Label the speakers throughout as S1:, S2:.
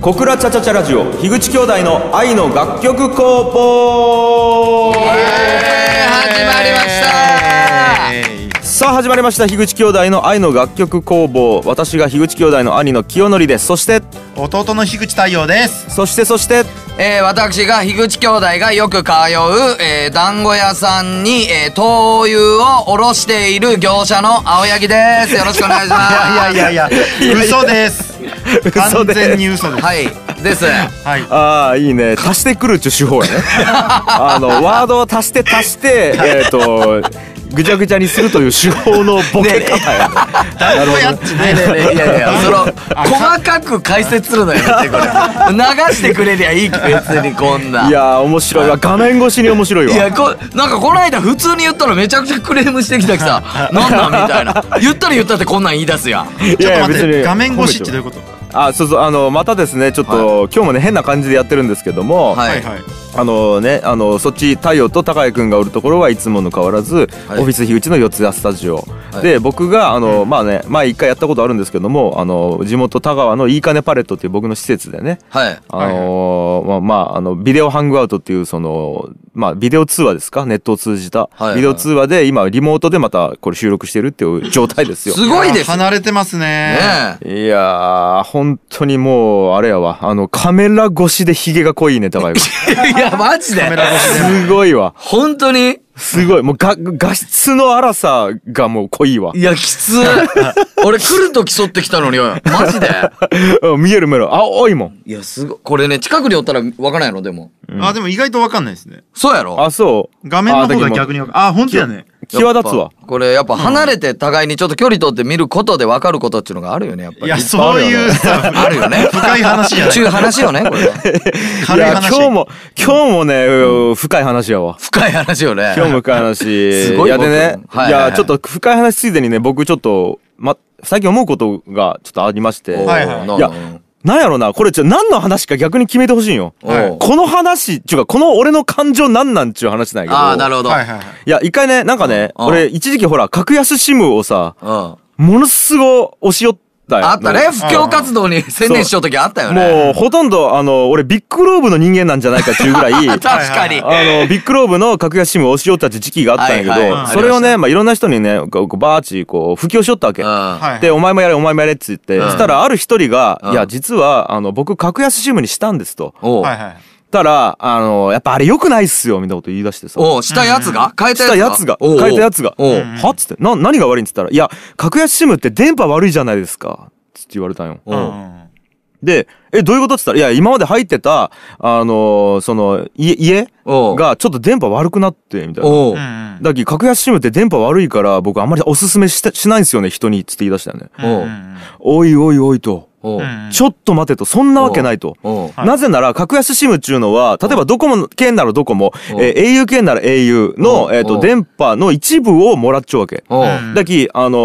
S1: 小倉チャチャチャラジオ樋口兄弟の愛の楽曲工房
S2: 始まりました
S1: さあ始まりました樋口兄弟の愛の楽曲工房私が樋口兄弟の兄の清則ですそして
S3: 弟の樋口太陽です
S1: そしてそして
S2: えー、私が樋口兄弟がよく通う、えー、団子屋さんに、えー、灯油をおろしている業者の青柳ですよろしくお願いします
S3: いや いやいやいや嘘です
S1: 嘘
S3: 完
S1: です
S3: 全に嘘です
S2: はいです
S3: はい
S1: ああいいね足してくるっちゅう手法や ねあのワードを足して足してえっ、とぐちゃぐちゃにするという手法のボケ方やね
S3: 誰もやってない
S2: ねえねえいやい やその細かく解説するのやめてこれ流してくれりゃいい別にこんない
S1: やー面白いわ画面越しに面白いわ
S2: いやこなんかこの間普通に言ったらめちゃくちゃクレームしてきたき さなんなんみたいな言ったら言ったってこんなん言い出すやん
S1: い
S3: ちょっ
S1: やいや
S3: と待っ
S1: 別
S3: て
S1: に
S3: 画面越しってどういうこと
S1: あそうそうあのまたですねちょっと、今日もね変な感じでやってるんですけども、
S2: は
S3: はい
S2: い
S3: はい
S1: あのねあのそっち太陽と高谷くんがおるところはいつもの変わらず、
S2: はい
S1: オフィス樋口の四ツ谷スタジオ、
S2: はい
S1: で僕があの、まあね前一回やったことあるんですけどもあの地元田川のいいかねパレットっていう僕の施設でね
S2: はい
S1: あのーまあ、まあ、あの、ビデオハングアウトっていう、その、まあ、ビデオ通話ですかネットを通じた。
S2: いはい
S1: ビデオ通話で、今、リモートでまた、これ収録してるっていう状態 ですよ。
S2: すごいですね
S3: 離れてますね
S1: いやー、本当にもう、あれやわ。あの、カメラ越しでヒゲが濃いね、高井君。
S2: えいやマジ
S3: カメ
S2: で
S3: ラ越しで
S1: すごいわ。
S2: 本当に
S1: すごい。もう、が、画質の荒さがもう濃いわ。
S2: いやきつ俺来ると競ってきたのにマジで
S1: うん見える見える。青いもん。
S2: いやすごいこれね近くにおったら分からんやろでも
S3: あでも意外とわかんないですね
S2: そうやろ
S1: あ、そう。
S3: 画面の方
S1: あだ
S3: が
S1: けど
S3: 逆にわかんあ本当やね
S1: 際立つわ。
S2: これやっぱ離れて互いにちょっと距離取って見ることで分かることっていうのがあるよねやっぱり
S3: いやそういうさ
S2: あるよね
S3: 深い話じゃない
S2: 中話よねこれは
S1: い
S3: 軽い
S1: や、
S3: 話
S1: 今日も、今日もね、うん深い話やわ。
S2: 深い話よね
S1: 今日も深い話。
S2: すごい
S1: やでね、
S2: 僕はい
S1: い
S2: はいはい
S1: や、ちょっと深い話ついでにね、僕ちょっと、ま、最近思うことがちょっとありまして。
S2: おー
S3: はいはい
S2: なん
S1: いやなんやろな、これちょ、何の話か逆に決めてほしいんよ。
S2: おー
S1: この話、ちゅうか、この俺の感情なんなんちゅう話なんやけど。
S2: ああなるほど、
S3: はいはいはい
S1: いや、一回ね、なんかね、
S2: うん
S1: 俺、一時期ほら、格安シムをさ、
S2: うん
S1: ものすご押し寄ったよ
S2: あったね。布教活動に専念しようときあったよね
S1: もう、ほとんど、あの、俺、ビッグローブの人間なんじゃないかちゅう ぐらい、
S2: 確かに、
S1: あの、ビッグローブの格安シムを押し寄ったって時期があったんやけど、
S2: はいはいはい
S1: それを
S2: ありました
S1: ね、まあ、いろんな人にね、こうこうバーチこう、布教しよったわけ。
S2: うん
S3: はい
S1: で、お前もやれ、お前もやれって言って、
S2: うん
S1: そしたら、ある一人が、
S2: うん
S1: いや、実は、あの、僕、格安シムにしたんですと。
S2: おう、
S3: はいはい
S1: たら、あの、やっぱあれ良くないっすよ、みたいなこと言い出してさ。
S2: おうしたやつが変え
S1: したた
S2: や
S1: や
S2: つ
S1: つ
S2: が
S1: が、
S2: おう
S1: 変えたやつが、
S2: おう
S1: はっつって、な、何が悪いんつったら、いや、格安シムって電波悪いじゃないですか、つって言われたんよ。
S2: おう
S3: うん
S1: で、え、どういうことっつったら、いや、今まで入ってた、あのその、家、家
S2: おう
S1: が、ちょっと電波悪くなって、みたいな。
S2: おう、
S3: うん
S1: だっけ格安シムって電波悪いから僕あんまりおすすめしたしないんですよね人にっつって言い出したよね。
S3: うん
S2: おう
S1: おいおいおいと。
S2: おう
S3: うん
S1: ちょっと待てと。そんなわけないと。
S2: おう
S3: はい
S1: なぜなら格安シムっちゅうのは例えばドコモ圏ならドコモ、え
S2: お
S1: ー au 圏なら au
S2: お
S1: の、えー、
S2: お
S1: と電波の一部をもらっちゃうわけ。
S2: おう
S3: うん
S1: だき、あの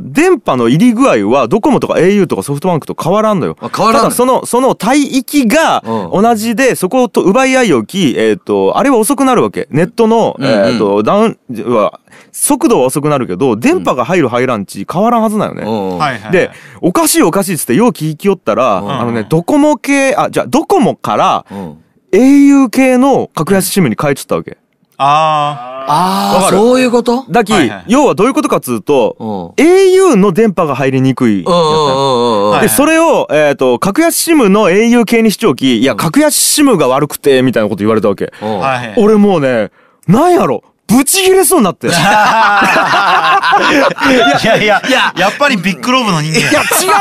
S1: ー電波の入り具合はドコモとか au とかソフトバンクと変わらんのよ。
S2: あ変わらん
S1: た
S2: の
S1: だその、その帯域が
S2: うん
S1: 同じで、そこと奪い合いをき、えっ、と、あれは遅くなるわけ。ネットの、
S2: うんうん
S1: えっ、と、ダウンは、速度は遅くなるけど、電波が入る入らんち変わらんはずなよね。
S2: おう
S3: はいはい
S1: で、おかしいおかしいっつって、よう聞きよったら、
S2: うん
S1: あのね、ドコモ系、あ、じゃあ、ドコモから
S2: おう
S1: au 系の格安シムに変えちゃったわけ。
S3: あ
S2: あ
S1: わか
S2: あ
S1: る
S2: そういうこと
S1: だき、
S3: はいはい
S1: 要はどういうことかっつうと、
S2: おう
S1: au の電波が入りにくいやつ
S2: おう
S1: やったよ。
S2: おうおうおう
S3: はい
S1: で、それを、えっ、と、格安シムの au 系にしちょき、いや、格安シムが悪くて、みたいなこと言われたわけ。
S2: お
S3: ー
S2: う
S3: はいはい
S1: 俺もうね、なんやろ、ブチ切れそうになって。いや、
S3: いやいや
S2: いや
S3: やっぱりビッグローブの人間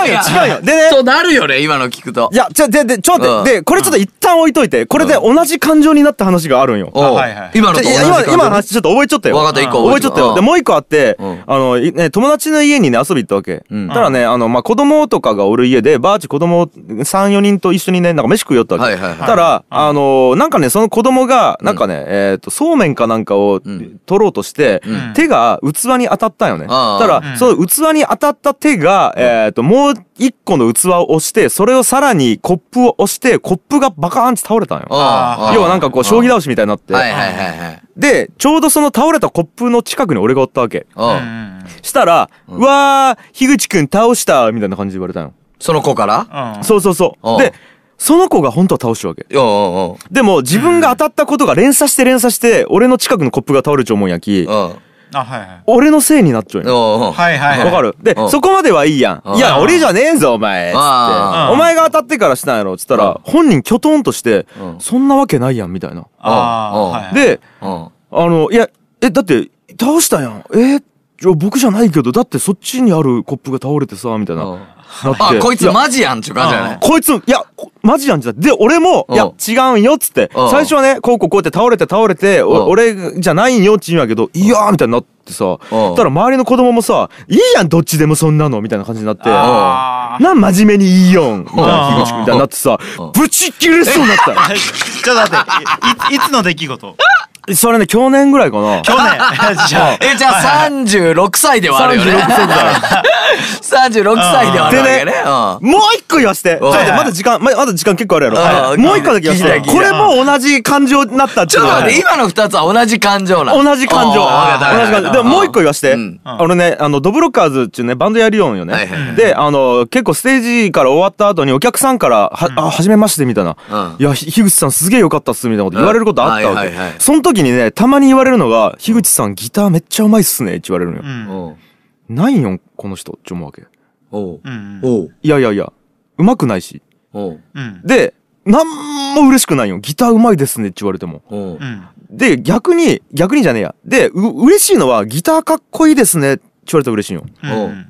S1: 違うよ、違うよ。でね、
S2: そうなるよね今の聞くと
S1: いや、ちょ、で、で、ちょ、っと待って
S2: うん
S1: で、これちょっと一旦置いといて、これで同じ感情になった話があるんよ。
S2: おう
S3: はいはい
S2: 今の
S1: ち
S2: と
S1: ょ
S2: 同
S1: い
S2: じ
S1: や今、今の
S2: 感
S1: 話ちょっと覚えちょった
S2: じ
S1: よ。
S2: 分かった一個
S1: 覚えちょったよ。で、もう一個あって、
S2: うん
S1: あの、いね、友達の家にね、遊び行ったわけ。
S2: うん
S1: たらね、あの、まあ、子供とかがおる家で、バーチ子供3、4人と一緒にね、なんか飯食いよったわけ。
S2: はいはいはい
S1: たら、あのーなんかね、その子供が、なんかね、えっ、と、そうめんかなんかを
S2: ん
S1: 取ろうとして、
S3: ん
S1: 手が器に当たったんよね。
S2: ああ
S1: た
S3: うん
S1: ら、その器に当たった手が、えっ、と、もう一個の器を押して、それをさらにコップを押して、コップがバカーンって倒れたんよ。
S3: あ
S1: 要はなんかこう、将棋
S2: だ
S1: 倒しみたいになって。
S2: はいはいはいはい
S1: で、ちょうどその倒れたコップの近くに俺がおったわけ。
S2: おう
S3: うん
S1: したら、うわー、樋口くん倒したみたいな感じで言われたの。
S2: その子から
S3: うん
S1: そうそうそ
S2: ああ
S1: う。で、その子が本当は倒しちゃうわけ。
S2: うんうん
S1: でも自分が当たったことが連鎖して連鎖して、俺の近くのコップが倒れちゃうもんやき、
S2: うん
S3: あ、はいはい。
S1: 俺のせいになっちゃうよ。
S2: うんうん
S3: はいはいはい。
S1: わかるで
S2: う、ん
S1: そこまではいいや
S2: うん
S1: ん。いや、俺じゃねえぞ、お前。つって
S2: あ
S3: あ。
S1: お前が当たってからしたんやろ。つった
S2: うん
S1: ら、本人キョトンとして
S2: う、ん
S1: そんなわけないやん、みたいな。
S2: う
S3: ああ
S2: ん、
S3: はいはい。
S1: で、
S2: うん
S1: あの、いや、え、だって、倒したやん。えいや僕じゃないけど、だってそっちにあるコップが倒れてさ、みたいな。
S2: うん
S1: なって
S2: あこいつ
S1: や
S2: マジやんっちゅう感じやね
S1: こいつ、いや、こマジやんじゃ。で、俺も、
S2: うん
S1: いや、違うんよ、っつって
S2: うん。
S1: 最初はね、こうこうこうやって倒れて倒れて、
S2: う
S1: お
S2: ん
S1: 俺じゃないんよって言うんやけど、いやーみたいになってさ、
S2: うん
S1: たら周りの子供もさ、いいやん、どっちでもそんなの、みたいな感じになって、
S3: あー
S1: なん真面目にいいよん、みたいな、樋口くんみたいになってさ
S2: うん、
S1: ぶち切れそうになった
S3: はい ちょっと待って、いいいつの出来事
S1: の。それね、去年ぐらいかな。
S3: 去年じゃあ、
S2: えじゃあ36歳ではあるよね
S1: 36歳だから。
S2: 36歳ではあるわけねうん
S1: もう一個言わして。ちょっと待ってまだ時間、ままだ時間結構あるやろ。
S2: あ
S1: は
S2: ー
S1: いもう一個だけ言わ
S2: 聞い
S1: したて。
S2: 聞い
S1: これ
S2: た
S1: も同じ感情になったって
S2: ち
S1: い
S2: ょ
S1: う
S2: っ
S1: の
S2: と
S1: は
S2: 待って今の2つは同じ感情なの
S1: 同じ感情。
S2: うんわかった
S1: 同じ感情。でももう一個言わして
S2: うん。
S1: あのね、あの、ドブロッカーズっていうね、バンドやりよんよ
S2: はいはいは
S1: ね。で、あの、結構ステージから終わった後にお客さんから、は、あ、はじめましてみたいな
S2: うん。
S1: いや、ひ樋口さんすげえ良かったっすみたいなこと言われることあったわ
S2: うんはいはいはい
S1: け。その時にね、たまに言われるのが、樋口さんギターめっちゃうまいっすねって言われるの
S3: う
S1: よ。
S3: ん。
S2: うん
S1: ないんよ、この人って思うわけ。
S2: おう
S3: うん。
S2: おう
S1: いやいやいや、うまくないし。
S2: おう
S3: うん。
S1: で、なんも嬉しくないよ。ギターうまいですねって言われても。
S2: おう
S3: うん。
S1: で、逆に、逆にじゃねえや。で、う、嬉しいのは、ギターかっこいいですねって言われたら嬉しいよ。
S3: う。
S2: おうん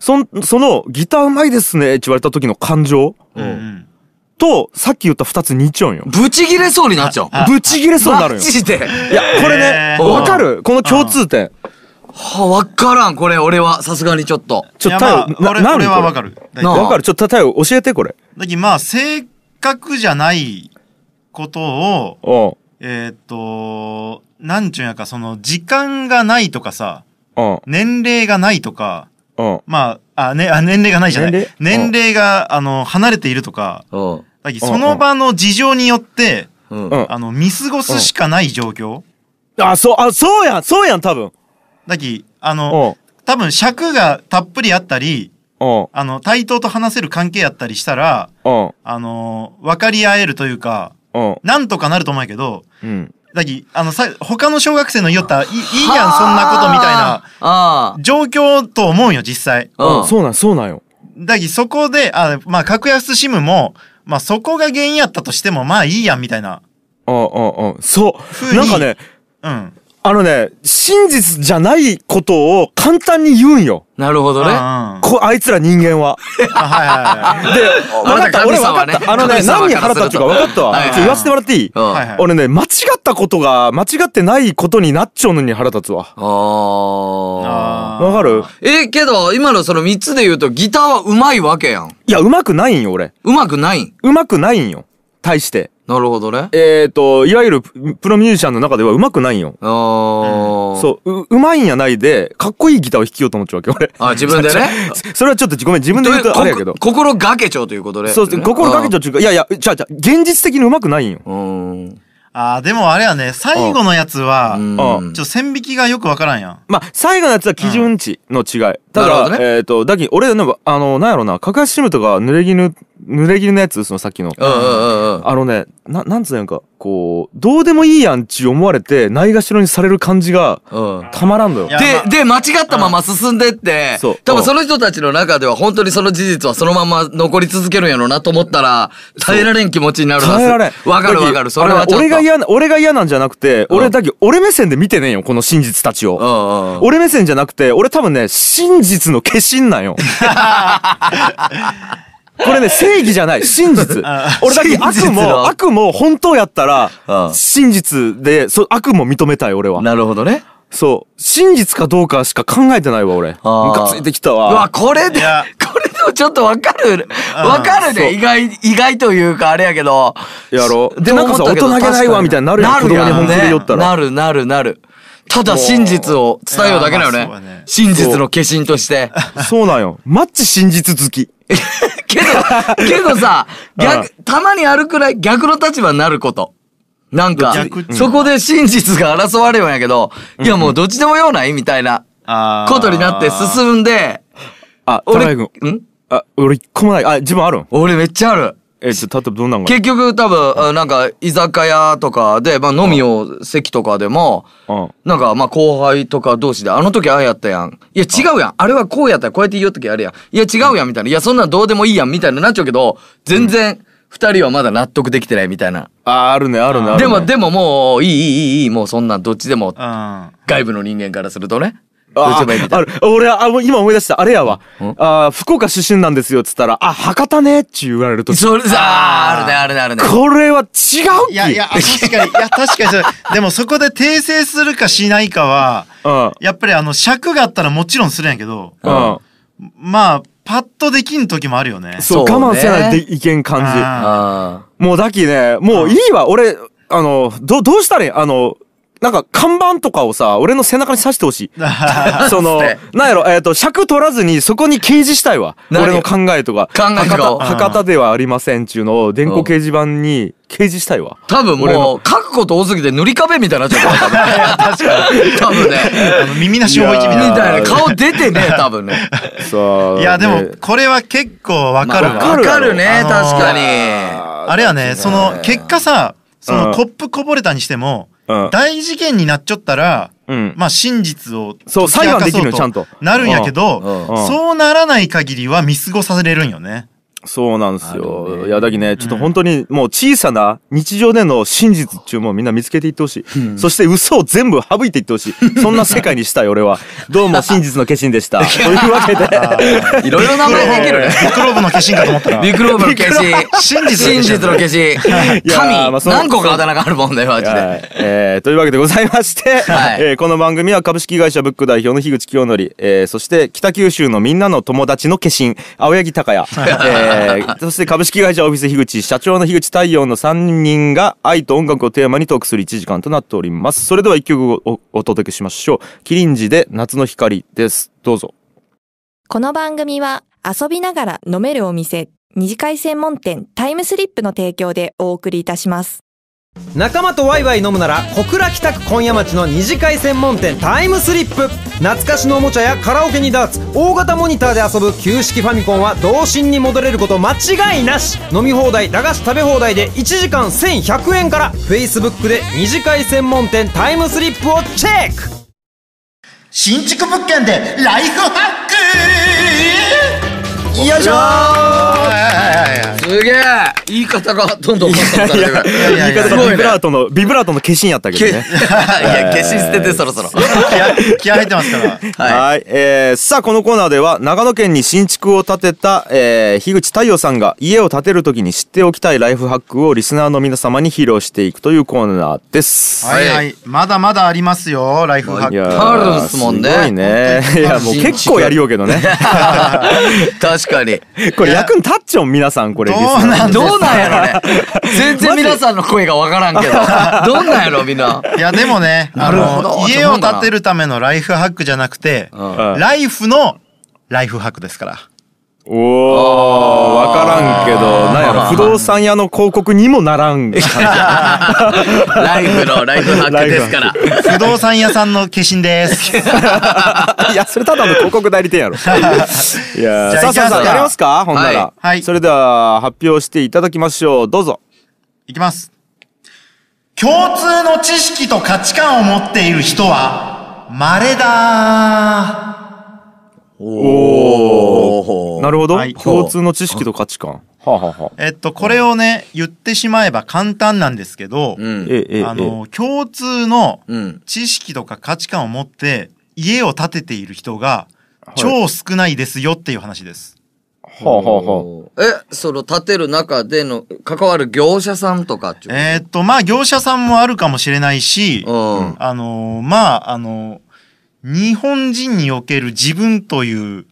S1: そん、その、ギターうまいですねって言われた時の感情
S3: う
S2: うん
S3: ん。
S1: と、さっき言った二つ似ちゃうんよ。
S2: ブチギレそうになっちゃう
S3: あ
S1: ぶち切れそうになる
S2: マ
S1: んよ。
S2: ジで
S1: いや、これね
S3: へ、
S2: ー
S1: わかるこの共通点。
S2: はわからんこれ俺はさすがにちょっと
S1: ち
S3: い
S1: ょ、
S3: や
S1: 太
S3: まあ
S1: 陽、な
S3: 俺
S1: 何
S3: 俺は
S1: これ
S3: わかる。
S2: な
S3: 大体
S2: あ
S1: わかるちょっと太陽教えて、これ。
S3: だけどまあ、性格じゃないことを、
S1: うん。
S3: えーっと、なんちゅうんやか、その、時間がないとかさ、
S1: うん。
S3: 年齢がないとか、
S1: うん。
S3: まあ、あ、ね、あ、年齢がないじゃない。
S1: 年
S3: 年
S1: 齢
S3: 齢が、あの、離れているとか、
S2: うん
S3: だけどその場の事情によって、
S2: うん
S1: うん
S3: あの、見過ごすしかない状況。
S1: あ、そう、あ、そうやん、そうやん、多分。
S3: だき、あの、
S1: う
S3: 多分尺がたっぷりあったり、
S1: ん。うん。
S3: あの、対等と話せる関係やったりしたら、
S1: うん。
S3: あの、分かり合えるというか、
S1: うん。
S3: なんとかなると思うんやけど、
S1: うん。
S3: だき、あの、さ、他の小学生の言いよったら、いいいいやん、そんなことみたいな
S2: あ
S3: 状況と思うんよ、実際。
S2: あ
S1: うんそうなん、そうなんよ。
S3: だき、そこで、あ、まあ、格安シムも、まあ、そこが原因やったとしても、まあいいやん、みたいな。
S1: うんうんうん。そ
S3: ふう
S1: う。
S3: に
S1: なんかね、
S3: うん。
S1: あのね、真実じゃないことを簡単に言うんよ。
S2: なるほど
S3: うんうん。
S2: ね
S3: あ
S1: こ、あいつら人間は。
S3: はいは い
S1: で、
S3: はい。
S1: わかった、
S2: 神
S1: 俺わ
S2: 様
S1: か
S2: は
S1: っ
S2: ね
S1: た。あのね、
S2: 神様
S1: 何に
S2: か
S1: 腹
S2: らする
S1: 立
S2: と
S1: つか分かったわ。
S2: はいはいはい
S1: ちょ言わせてもらっていい
S2: うん
S3: はいはい
S1: 俺ね、間違ったことが、間違ってないことになっちゃうのに腹立つわ。
S2: ああ。
S3: あー
S1: わかる
S2: え、けど、今のその3つで言うと、ギターは上手いわけやん。
S1: いや、うまくないんよ、俺。
S2: 上手くないん。
S1: うまくないんよ。対して。
S2: なるほどね。
S1: えーと、いわゆるププロミュージシャンの中ではうまくないんよ。
S2: ああ。
S1: そう、う、うまいんやないで、かっこいいギターを弾きようと思っちゃうわけ、俺。
S2: あ、自分でね。
S1: それはちょっとごめん、自分で言うとあれやけど
S2: こ。心がけちゃうということで。
S1: そう、心かけちゃうっていうか、いやいや、ちゃうちゃう、現実的にうまくないんよ。
S2: う。うん。
S3: あーでもあれやね、最後のやつは、
S2: うん
S1: うん
S3: ちょっと線引きがよくわからんやん。
S1: まあ、最後のやつは基準値の違い。た
S2: なる
S1: だ
S2: ほど
S1: か
S2: ね
S1: ら、えっと、だき、俺、なんかあの、なんやろな、格安シムとか、濡れ衣、濡れ衣のやつ、そのさっきの。
S2: うんうんうん。
S1: あのね、な、なんつうんやんか、こう、どうでもいいやんち思われて、ないがしろにされる感じが、
S2: うん。
S1: たまらんのよ
S3: い。やまあ
S2: で、で、間違ったまま進んでって、
S1: そう
S2: 多分その人たちの中では本当にその事実はそのまま残り続けるんやろうなと思ったら、耐えられん気持ちになるはず。
S1: 耐えられん。
S2: わかるわか
S1: だ
S2: る。
S1: き
S2: それ
S1: あ
S2: は
S1: の
S2: ちょっと。
S1: 俺が嫌な、俺が嫌なんじゃなくて、
S2: う
S1: 俺、
S2: ん
S1: だき、俺目線で見てねえよ、この真実たちを。
S2: うんうんうん。
S1: 俺目線じゃなくて、俺多分ね、真実の化身なん よ。これね、正義じゃない、真実。俺だけ悪
S2: 真実の
S1: も、悪も本当やった
S2: う
S1: ら、
S2: ん
S1: 真実で、そう、悪も認めたい、俺は。
S2: なるほどね。
S1: そう。真実かどうかしか考えてないわ、俺。ム
S2: あー
S1: カついてきた
S2: うわ、
S1: わ。
S2: これで、こ
S3: いや
S2: れでもちょっとわかる。わかる
S1: そう
S2: ね。意外、意外というかあれやけど。
S1: やろ
S2: で
S1: で、なんかさ、大人げないわ、みたいになるやん、子供に本気で言ったら。
S2: なるなるなる。ただ真実を伝えようだけだよ
S3: いやまあそうだ
S2: ね
S3: ね。
S2: 真実の化身として。
S1: そうなんよ。マッチ真実好き。
S2: けど、けどさ、逆、たまにあるくらい逆の立場になること。なんか
S3: 逆っ、ち
S2: そこで真実が争われるんやけど、いやもうどっちでもようないみたいな
S3: あー
S2: ことになって進んで、
S1: あ、高
S2: 俺、
S1: 井君。
S2: ん
S1: あ、俺一個もない。あ、自分あるん
S2: 俺めっちゃある。
S1: えっと例えばどんなんが
S2: 結局多分、あなんか居酒屋とかで、まあ飲みを席とかでも、
S1: うん
S2: なんかまあ後輩とか同士で、あの時ああやったやん。いや違うやん。あれはこうやったらこうやって言う時あるやん。いや違うやんみたいな。いやそんなんどうでもいいやんみたいななっちゃうけど、全然二人はまだ納得できてないみたいな。
S1: ああるねあるねあるね
S2: でもでももういいいいいいいいもうそんなんどっちでも
S3: うん。
S2: 外部の人間からするとね。どっち
S1: あ
S2: でもいいみ
S1: ー
S2: たい
S1: あ
S2: な。
S1: る俺あもう今思い出したあれやわあー福岡出身なんですよっつったらあ博多ねって言われると
S2: それさあ、あるねあるねあるね。
S1: これは違うっき
S3: いやいや、確かに、いや、確かにそうでもそこで訂正するかしないかは、
S1: うん
S3: やっぱりあの、尺があったらもちろんするんやけど、
S1: うん
S3: まあ、パッとできん時もあるよね。
S1: そう
S2: そうね
S1: 我慢せないでいけん感じ
S2: あ
S3: あ
S1: もうだきね、もういいわ、俺、あの、ど、どうしたらいいあの、なんか看板とかをさ、俺の背中に刺してほ しい。その
S2: なんすね、
S1: なんやろ、えっ、と、尺取らずにそこに掲示したいわ。
S2: 何
S1: 俺の考えとか。
S2: 考えと
S1: 博
S2: かを
S1: 多、博多ではありませんちゅうのを電光掲示板に掲示したいわ。
S2: あ。多分
S1: 俺
S2: もう書くこと多すぎて塗り壁みたいになっちゃった多分
S3: 確かに。
S2: 多分ね。
S3: あの耳なし思いきみ
S2: み
S3: たいな。
S2: たいな顔出てね多分ね。
S1: そう。
S3: いや、で
S1: ね
S3: も、これは結構わかるわ。
S1: ま
S2: まあわかるね、
S3: あのー
S2: 確かに。
S3: あれはね、その、結果さ、そうの
S1: ん
S3: コップこぼれたにしても、
S1: うん
S3: 大事件になっちゃったら、
S1: うん
S3: まあ真実を
S1: そう裁判できるの
S3: 解き
S1: ちゃ
S3: 明
S1: ん
S3: か
S1: と
S3: そうなるんやけど、
S2: うん
S1: うん
S3: そうならない限りは見過ごされるんよね。
S1: そうなんです
S2: ある
S1: よ。
S2: ね
S1: いや、だきね、ちょっと本当にもう小さな日常での真実っていうものをみんな見つけていってほしい。そして嘘を全部省いていってほしい。そんな世界にしたい、俺は。どうも真実の化身でした。というわけで、
S2: いろいろ名前できるね。
S3: ビクローブの化身かと思 ったら。
S2: ビッグローブの消し。
S3: 真実
S2: 真実の消し。
S1: いやー
S2: 神、
S1: まあそう
S2: 何個かあだ名があるもんだよ、マジ
S1: は
S2: で。
S1: いえーというわけでございまして、
S2: はい
S1: えーこの番組は株式会社ブック代表の樋口清則、えーそして北九州のみんなの友達の化身、青柳高也、えーそして株式会社オフィス樋口、社長の樋口太陽の3人が愛と音楽をテーマにトークする1時間となっております。それでは1曲をおお届けしましょう。キリンジで夏の光です。どうぞ。
S4: この番組は遊びながら飲めるお店、二次会専門店タイムスリップの提供でお送りいたします。
S5: 仲間とワイワイ飲むなら小倉北区今夜町の二次会専門店タイムスリップ懐かしのおもちゃやカラオケにダーツ大型モニターで遊ぶ旧式ファミコンは童心に戻れること間違いなし飲み放題駄菓子食べ放題で1時間1100円から Facebook で二次会専門店タイムスリップをチェック
S3: 新築物件でライフハックよいしょ
S2: すげえ言い方がどんどん変わってくる。
S3: いやいや
S1: 言い
S2: す
S1: 方
S2: ご
S1: の
S2: い
S1: ビ
S2: ね
S1: ブラートの、ビブラートの化身やったけ
S2: けい
S1: どね。
S2: や、消し捨ててそろそろ。
S3: 気合気合入ってますから。
S1: はい、えーさあ、このコーナーでは、長野県に新築を建てた、えー、樋口太陽さんが家を建てるときに知っておきたいライフハックをリスナーの皆様に披露していくというコーナーです。
S3: はいはい。まだまだありますよ、ライフ
S1: い
S3: ハック。
S1: ー
S2: あるんすもんね
S1: すごいね。いや、もう
S2: 新築
S1: 結構やりようけどね。
S2: 確かに。
S1: これ役に立っちゃうん、皆さん、これ。
S3: どうな
S1: リ
S3: ん
S1: スナーの
S2: どうなんやろね。全然皆さんの声がわからんけど。どんなんやろ、みんな。
S3: いやでもね、あ
S2: なるほど
S3: の、家を建てるためのライフハックじゃなくて、
S1: ん
S3: ライフのライフハックですから。
S1: おー、わからんけど、なんやろ、不動産屋の広告にもならん。
S2: ライフのライフハックですから。
S3: 不動産屋さんの化身です。じ
S1: いや、それただの広告代理店やろ。いやー
S3: じゃ
S1: さあ
S3: あ
S1: さあさ
S3: 行きます
S1: あ、
S3: か
S1: やりますかほんな
S2: は
S1: ら。
S3: いはい
S1: それでは、発表していただきましょう。どうぞ。
S3: いきます。共通の知識と価値観を持っている人は、稀だ
S2: お
S1: なるほど
S3: はい。
S1: 共通の知識と価値観。はあ、はあはあ、
S3: えっと、これをね、言ってしまえば簡単なんですけど、
S2: うん。
S1: ええ、ええ、ええ
S3: あの、共通の
S2: うん
S3: 知識とか価値観を持って、家を建てている人が、超少ないですよっていう話です。
S1: はあ、はあ、はあ。
S2: え、その建てる中での関わる業者さんとかっていう
S3: えーっと、まあ、業者さんもあるかもしれないし、
S2: うん。
S3: あのーまあ、あのー日本人における自分という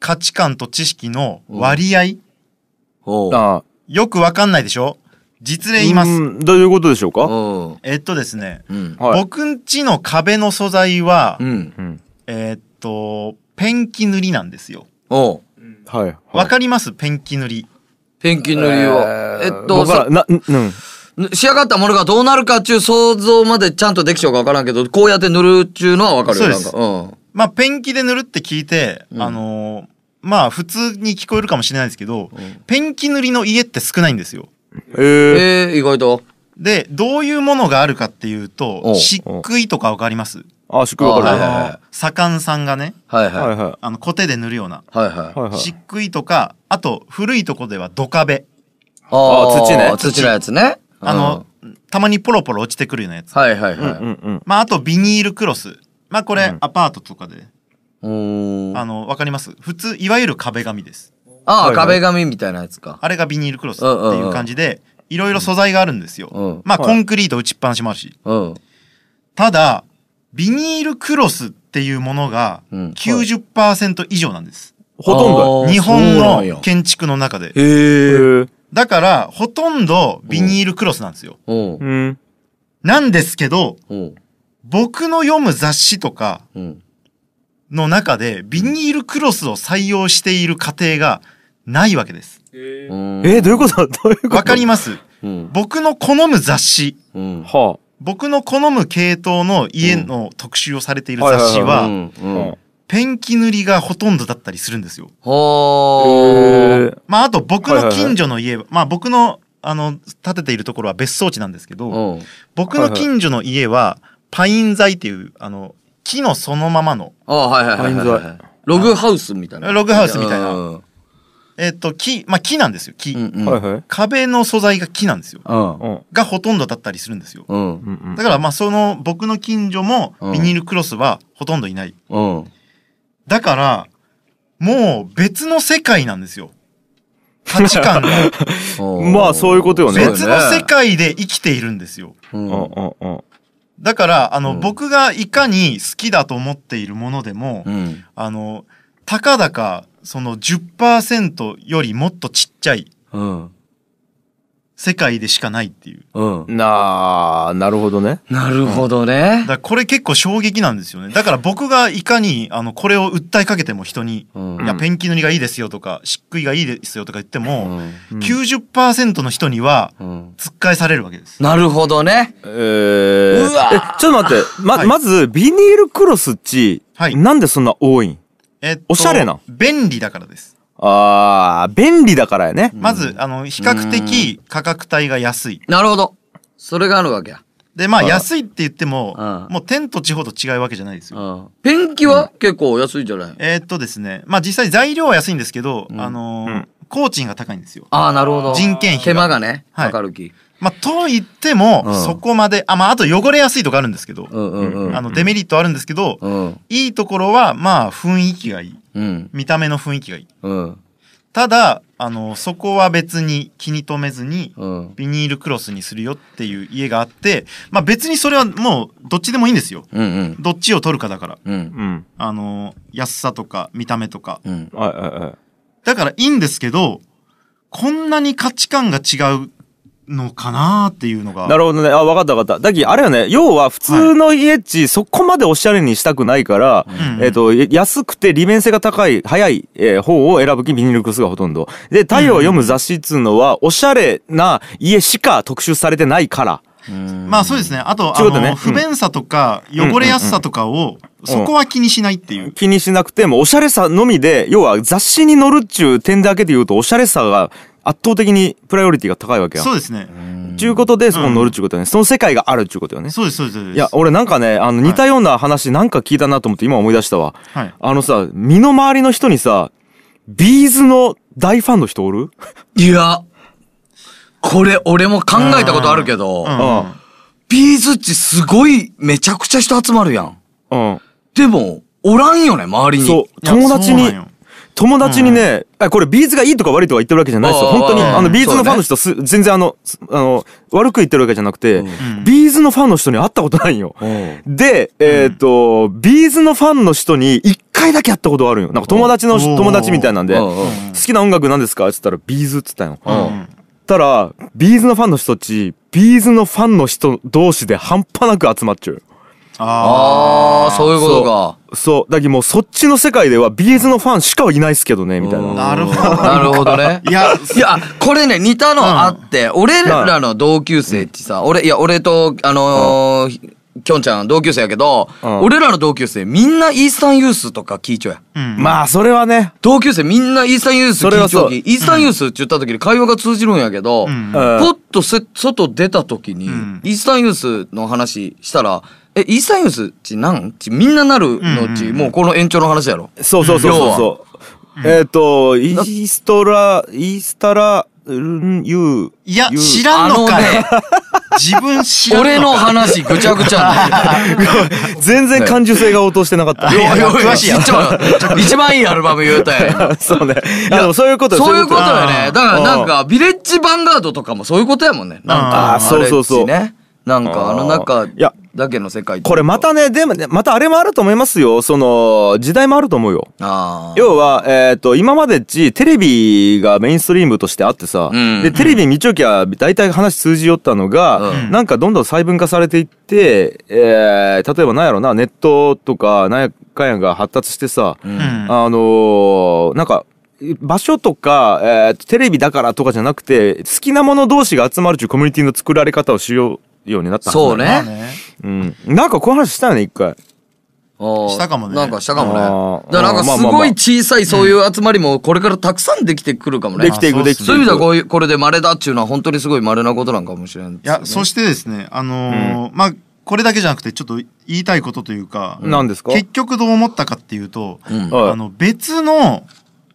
S3: 価値観と知識の割合、
S2: おう
S1: あ
S3: よくわかんないでしょ実例言いま
S1: う
S3: す。
S1: んどういうことでしょうか
S2: おう
S3: えっとですね、
S2: うん。
S1: はい。
S3: 僕んちの壁の素材は、
S2: うん。
S1: うん。
S3: えーっと、ペンキ塗りなんですよ。
S2: おう
S1: はい。はい
S3: わかりますペンキ塗り。
S2: ペンキ塗りを。えっと、
S1: わからんな、んうん。
S2: さ仕上がったものがどうなるかっちゅう想像までちゃんとできちゃうかわからんけど、こうやって塗るっちゅうのはわかるよ。
S3: そうです
S2: なんかうん。
S3: まあ、ペンキで塗るって聞いて、あのーまあ普通に聞こえるかもしれないですけど、ペンキ塗りの家って少ないんですよ。
S1: えー、
S2: えー、意外と。
S3: で、どういうものがあるかっていうと、
S2: おう
S3: 漆喰とかわかります
S1: あ、しっくりわ
S2: は
S1: か
S2: い
S1: る。
S2: は
S1: はいい
S2: はい
S3: あの左官さんがね、
S2: はいはい。
S1: は
S2: はい
S1: いは
S3: あの、コテで塗るような。
S2: はい
S1: い。。はいはい。
S3: 漆喰とか、あと古いとこでは土壁。
S2: ー
S1: あ土ね
S2: 土のやつね。
S3: あの、たまにポロポロ落ちてくるようなやつ
S2: う。ん、はいはい
S1: うん
S2: は
S1: うん
S3: まあ、あとビニールクロス。まあこれ、アパートとかで、
S2: い。うん。
S3: あ
S2: あ
S3: の、わかります普通、いわゆる壁紙です。
S2: あ
S1: はいはい
S2: ー、壁紙みたいなやつか。
S3: あれがビニールクロスっていう感じで、いろいろ素材があるんです
S2: う
S3: よ
S2: ん。
S3: まあ
S1: はい
S3: コンクリート打ちっぱなしもあるし。
S2: うん。
S3: ただ、ビニールクロスっていうものが
S2: うんはい
S3: 90%以上なんです。
S1: ほとんど
S2: あー
S3: 日本
S2: そうなんや
S3: の建築の中で。
S1: や。
S2: へえ。
S1: へえ。
S3: だから、ほとんどビニールクロスなんですよ。
S2: うん
S1: う。ん。
S3: なんですけど、
S2: うん。
S3: 僕の読む雑誌とか
S2: うん。
S3: の中で、ビニールクロスを採用している家庭がないわけです。
S2: うん
S1: えー、どういうこと どういうこと
S3: わかります
S2: うん。
S3: 僕の好む雑誌、
S2: うん。
S1: は
S3: 僕の好む系統の家の特集をされている雑誌
S1: うん
S2: う
S3: は、
S2: ん。う
S1: あ。
S2: ん。
S3: ペンキ塗りがほとんどだったりするんですよ。
S2: ほー。
S1: えー
S3: まあ、あと僕
S1: はい
S3: の
S1: はいはい
S3: 近所の家は、まあ僕の、あの、建てているところは別荘地なんですけ
S2: う
S3: ど、
S2: ん。
S3: 僕の近所の家は、パイン材っていう、あの、木のそのままの、
S2: ああ、はいはいはいはいはいはい。ログハウスみたいな。
S3: ログハウスみたいな
S2: うん。
S3: えっと、木、まあ木なんですよ、木。
S2: うん。
S1: はいはい。
S3: 壁の素材が木なんですよ。
S2: う
S1: うん。
S3: がほとんどだったりするんですよ。
S2: ん。
S1: うんうん
S3: だからまあその僕の近所も
S2: うん
S3: ビニールクロスはほとんどいない。
S2: うん。うん。
S3: だから、もう別の世界なんですよ。価 値観が。
S1: まあそういうことよね
S3: 別の世。界で生きているんですよ。
S2: うん
S1: うんうんうん。
S3: だから、あの、
S2: うん
S3: 僕がいかに好きだと思っているものでも、
S2: うん。
S3: あの、たかだか、その10%よりもっとちっちゃい
S2: うん。
S3: 世界でしかないっていう。
S2: うん。
S1: なあ、なるほどね。
S2: なるほどね
S3: だか。らこれ結構衝撃なんですよね。だから僕がいかに、あの、これを訴えかけても人に、
S2: うん
S3: いや、ペンキ塗りがいいですよとか、漆喰がいいですよとか言って
S2: う
S3: も、
S2: ん。
S1: うん
S3: 90%の人には、
S2: うん。
S3: 突っ返されるわけです。
S2: なるほどね。
S1: えー、
S2: うわー
S1: えちょっと待って。ま、
S3: はい
S1: まず、ビニールクロスっち、
S3: はい
S1: なんでそんな多いん
S3: えっと
S1: おしゃれな
S3: 便利だからです。
S1: あー、便利だからやね。
S3: まず、あの、比較的価格帯が安い。
S2: なるほど。それがあるわけや。
S3: で、まあ、安いって言っても
S2: あ、あ
S3: もう天と地ほど違うわけじゃないです
S2: う
S3: よ。
S2: ん。ペンキは結構安いんじゃない
S3: えーっとですね、まあ実際材料は安いんですけど、あのー
S1: うん
S3: 工賃が高いんですよ。
S2: ああ、なるほど。
S3: 人件費が
S2: 手間がね、
S3: はい
S2: かかる気。
S3: まあ、と言っても、
S2: うん
S3: そこまで、あ、まあ、あと汚れやすいとかあるんですけど、
S2: うんうんうん。
S3: あの、デメリットあるんですけど、
S2: うん。
S3: いいところは、まあ、雰囲気がいい。
S2: うん。
S3: 見た目の雰囲気がいい。
S2: うん。
S3: ただ、あの、そこは別に気に留めずに、
S2: うん。
S3: ビニールクロスにするよっていう家があって、まあ別にそれはもうどっちでもいいんですよ。
S2: うんうん。
S3: どっちを取るかだから。
S2: うん。
S1: うん。
S3: あの、安さとか見た目とか。
S2: うん。
S1: はいはいはい。
S3: だからいいんですけど、こんなに価値観が違うのかなっていうのが。
S1: なるほどね。あ、わかったわかった。だき、あれよね、要は普通の家っち、そこまでおしゃれにしたくないから、
S3: うん
S1: えっ、と、や安くて利便性が高い、早い、えー方を選ぶきビニールクロスがほとんど。で、太陽を読む雑誌っつうのは、おしゃれな家しか特集されてないから。
S3: まあそうですね。あと、あ
S1: そういう
S3: の、
S1: ことねうん
S3: 不便さとか汚れやすさとかを、そこは気にしないっていう。
S1: 気にしなくても、おしゃれさのみで、要は雑誌に載るっちゅう点だけで言うと、おしゃれさが圧倒的にプライオリティが高いわけやん
S3: そうですね。
S1: ちゅうことで、そこに載るっちゅうことやね。その世界があるっちゅうことよね。
S3: そうです、そうです。そうです
S1: いや、俺なんかね、あの、似たような話なんか聞いたなと思って今思い出したわ。
S3: はい
S1: あのさ、身の回りの人にさ、ビーズの大ファンの人おる
S2: いや、これ俺も考えたことあるけど、
S1: うん。
S2: ビーズっちすごいめちゃくちゃ人集まるやん。
S1: うん。
S2: でも、おらんよね、周りに。
S1: そう、
S3: いや
S1: 友達
S3: そう
S1: に
S3: なんよ、
S1: 友達にね、あこれビーズがいいとか悪いとか言ってるわけじゃないですよ。
S2: ああ
S1: 本当に、
S2: ああ
S1: あの、ビーズ
S2: そ
S1: の
S2: う
S1: フ
S2: ね
S1: ァンの人、す全然あの、すあの、悪く言ってるわけじゃなくて、ビーズのファンの人に会ったことないんよ。
S2: うん。
S1: で、えっ、と、ビーズのファンの人に一回だけ会ったことがあるんよ。なんか友達の
S3: お
S1: 友達みたいなんで、
S2: うんうん
S1: 好きな音楽なんですかって言ったら、ビーズって言ったんよ。
S2: うん
S1: たら、ビーズのファンの人っち、ビーズのファンの人同士で半端なく集まっちゃう。
S2: ああ、そういうことか。
S1: そう。だけどもうそっちの世界ではビーズのファンしかいないっすけどね、みたい
S2: うん
S1: な。
S3: なるほ ど
S2: なるほど ね。
S3: いや、
S2: いや、これね、似たのあって、俺らの同級生ってさ、俺、いや、俺と、あのーきょんちゃん同級生やけど、
S1: うん
S2: 俺らの同級生みんなイースタンユースとか聞いちょや。
S3: うん。
S1: まあそれはね
S2: 同級生みんなイースタンユース
S1: それ
S2: 聞
S1: はい
S2: ちょ
S1: そう
S2: き、イースタンユースって言った時に会話が通じるんやけど、
S3: ん
S1: う
S2: ポ
S1: ん
S2: ッとせ外出た時に、
S3: ん
S2: イースタンユースの話したら、え、イースタンユースちなんちみんななるのち、
S3: うん
S2: もうこの延長の話やろ。
S1: そうそうそうそうそうえっとイーストライースタラうんユー
S3: いや、
S1: ユー
S3: 知らんのか
S2: あの
S3: い
S2: ね。
S3: 自分知らんのかい
S2: 俺の話ぐちゃぐちゃなんだよ。
S1: 全然感受性が応答してなかった
S3: いやいや詳しいやん
S2: ちっちゃい一番いいアルバム言うたやん今
S1: そうねあでも そういうこと
S2: そういうこと
S1: だ
S2: よね。だからなんか、ビレッジヴァンガードとかもそういうことやもんね。なんか、
S1: あーそうそうそう
S2: あれっちね。なんか、あの中
S1: あーいや
S2: だけの世界
S1: これま、たねでもねまたあれもあると思いますよその時代もあると思うよ
S2: あー
S1: 要は、えっ、と、今までっち、テレビがメインストリームとしてあってさ、
S2: うん
S1: で、テレビ見ちょきゃ、大体話通じよったのが、
S2: うん
S1: なんかどんどん細分化されていって、えー、例えばなんやろな、ネットとか、なんやかんやが発達してさ、
S2: うん
S3: うん。
S1: あのーなんか、場所とか、えーテレビだからとかじゃなくて、好きなもの同士が集まるっていうコミュニティの作られ方をしようようになったはず
S2: そう
S1: なの。
S3: まあ
S2: ね。
S3: ね。
S1: うん。なんかこの話したよね、一回。
S2: あー
S3: したかもね
S2: なんかしたか
S1: あ
S2: もね。
S1: ー
S2: だからなんか
S1: まあ
S2: す
S1: まあまあ
S2: ごい小さいそういう集まりもこれからたくさんできてくるかもね。
S1: できていく、
S3: まあそう
S1: で
S3: っ
S1: き
S3: す
S1: ていく。
S2: そういう意味ではこういう、これで稀だっちゅうのは本当にすごい稀なことなんかもしれんです
S3: い
S2: よね。
S3: や、そしてですね、あのーまあ、これだけじゃなくて、ちょっと言いたいことというか、
S1: 何ですか
S3: 結局どう思ったかっていうと、
S2: うん
S1: はい
S3: あの、別の、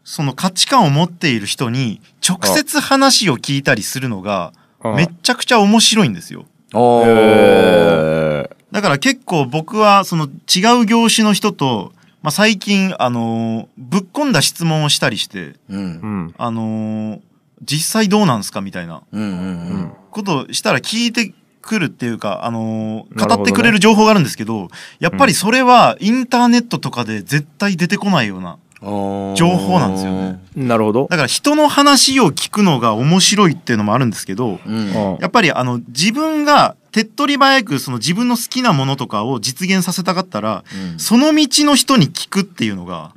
S3: その価値観を持っている人に、直接話を聞いたりするのが
S1: あ、
S3: めっちゃくちゃ面白いんですよ。
S2: お
S1: え
S2: ー
S1: ー
S3: だから結構僕は、その違う業種の人と、まあ、最近、あのーぶっ込んだ質問をしたりして、
S1: う
S2: うんうん
S1: ん。
S3: あのー実際どうなんすかみたいな
S2: うんうん
S3: ことをしたら聞いてくるっていうか、あのー
S1: なるほどね
S3: 語ってくれる情報があるんですけどやっぱりそれはインターネットとかで絶対出てこないような。
S2: うん。
S3: 情報なんですよね
S1: なるほど。
S3: だから人の話を聞くのが面白いっていうのもあるんですけど、
S2: うん。
S1: うん
S3: やっぱりあの自分が手っ取り早くその自分の好きなものとかを実現させたかったら、
S2: うん
S3: その道の人に聞くっていうのが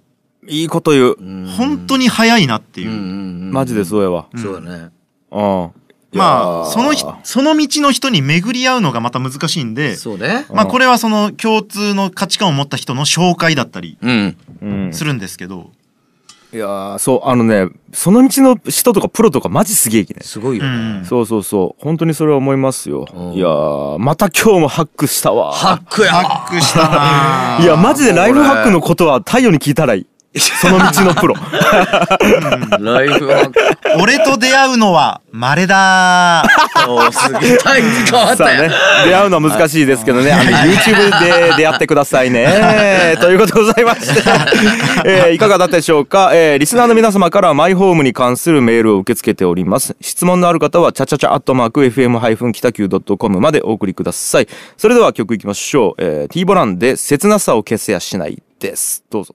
S1: いいこと言う。
S3: 本当
S2: に
S3: に早いなっていう。
S1: マジでそう
S2: う
S1: やわ。
S3: うん
S2: そうだね
S1: うん。
S3: まあ、その
S1: 人
S3: ひ、その道の人に巡り合うのがまた難しいんで、
S2: そうね
S3: まあ
S1: うん
S3: これはその共通の価値観を持った人の紹介だったり
S2: うん
S1: うん、
S3: するんですけど、
S1: いやーそう、あのね、その道の人とかプロとかマジすげえきね。
S2: すごいよ
S3: う
S2: ね
S3: ん
S1: そうそうそう。本当にそれは思いますよ
S2: うん。
S1: いやーまた今日もハックしたわ。
S2: ハックや
S3: ハックしたなぁ
S1: いや、マジでライフ
S2: これ
S1: ハックのことは太陽に聞いたらいい。その道のプロ。
S2: ライフハック
S3: 俺と出会うのは稀だー
S2: おすげえタイ変わっ
S1: さ
S2: た
S1: あね
S2: やん、
S1: 出会うのは難しいですけどね、あの YouTube で出会ってくださいね。ということでございま して、えーいかがだったでしょうか、えーリスナーの皆様からはマイホームに関するメールを受け付けております。質問のある方は、ちゃちゃちゃアットマーク FM- 北九 .com までお送りください。それでは曲いきましょう。えー、T ボランで切なさを消せやしないです。どうぞ。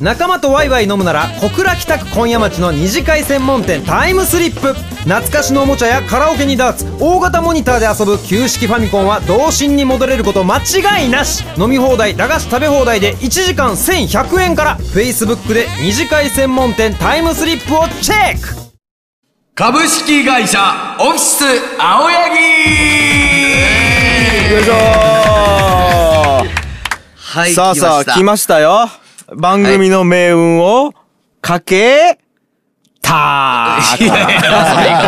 S5: 仲間とワイワイ飲むなら小倉北区今夜町の二次会専門店タイムスリップ懐かしのおもちゃやカラオケにダーツ大型モニターで遊ぶ旧式ファミコンは童心に戻れること間違いなし飲み放題駄菓子食べ放題で1時間1100円から Facebook で二次会専門店タイムスリップをチェック
S2: 株式会社オフィス青柳
S1: よいしょー
S2: はい
S1: さあさあ、来
S2: し
S1: ましたよ。番組の命運をかけた
S2: たいやいやそれ言い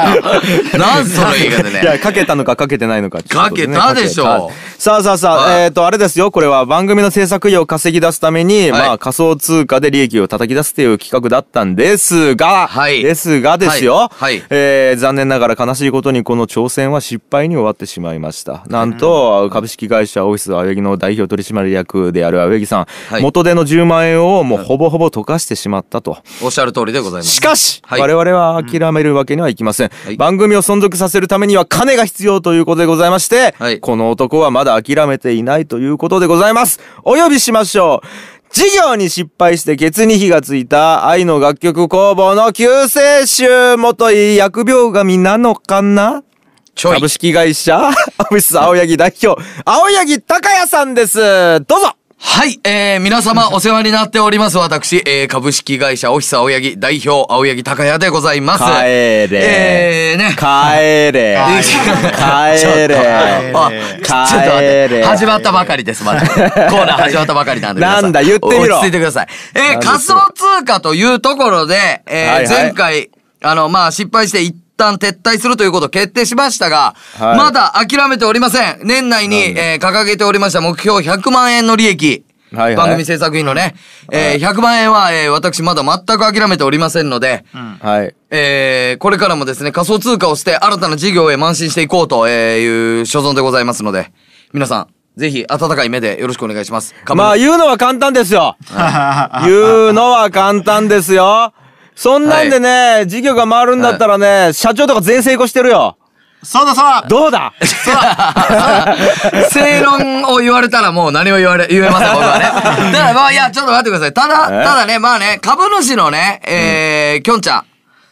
S2: 方なんその言い方
S1: いや、
S2: ね
S1: かけたのかかけてないのか。
S2: かけたでし
S1: ちっと
S2: ょ
S1: ねかけたさあさあさ
S2: は
S1: あ、
S2: い
S1: えっと、あれですよ。これは番組の制作費を稼ぎ出すために、
S2: はい
S1: まあ、仮想通貨で利益を叩き出すっていう企画だったんですが、
S2: はい
S1: ですがですよ。
S2: はいはい
S1: えー残念ながら悲しいことにこの挑戦は失敗に終わってしまいました。なんと、株式会社オフィス青柳の代表取締役である青柳さん、
S2: はい
S1: 元手の10万円をもうほぼほぼ溶かしてしまったと。
S2: おっしゃる通りでございます
S1: しかし、
S2: はい
S1: 我々は諦めるわけにはいきません、
S2: い
S1: 番組を存続させるためには金が必要ということでございまして、
S2: はい
S1: この男はまだ諦めていないということでございますお呼びしましょう事業に失敗してケツに火がついた愛の楽曲工房の救世主元い疫病神なのかな
S2: ちょい
S1: 株 式会社オフィス青柳代表青柳高也さんですどうぞ
S2: はい、えー、皆様お世話になっております。私、えー、株式会社オフィス青柳代表、青柳高也でございます。
S1: 帰れ
S2: えー、ね。
S1: 帰 れ
S2: えー
S1: 帰れ
S2: あちょっと待っ
S1: 帰れ
S2: て。始まったばかりです、まだ。コーナー始まったばかりなんで。皆さ
S1: なんだ言ってみろ
S2: 落ち着いてください。え
S1: なん
S2: ー、
S1: ですよ
S2: 仮想通貨というところで、えー
S1: はいはい
S2: 前回、あの、まあ、失敗して一旦撤退するということを決定しましたが、
S1: はい
S2: まだ諦めておりません。年内に、えー掲げておりました目標100万円の利益。
S1: はいはい
S2: 番組制作費のね、えー100万円は、えー私まだ全く諦めておりませんので、
S1: はい
S2: えーこれからもですね、仮想通貨をして新たな事業へ邁進していこうとえーいう所存でございますので、皆さん、ぜひ温かい目でよろしくお願いします。
S1: まあ言うのは簡単ですよ言うのは簡単ですよそんなんでね事業が回るんだったらね社長とか全員成功してるよ
S3: そうだそう だ
S1: どうだ
S2: 正論を言われたらもう何も言われ、言えません、僕はね。だからまあ、いや、ちょっと待ってください。ただ、
S1: え
S2: ただね、まあね、株主のね、えー、きょんちゃん、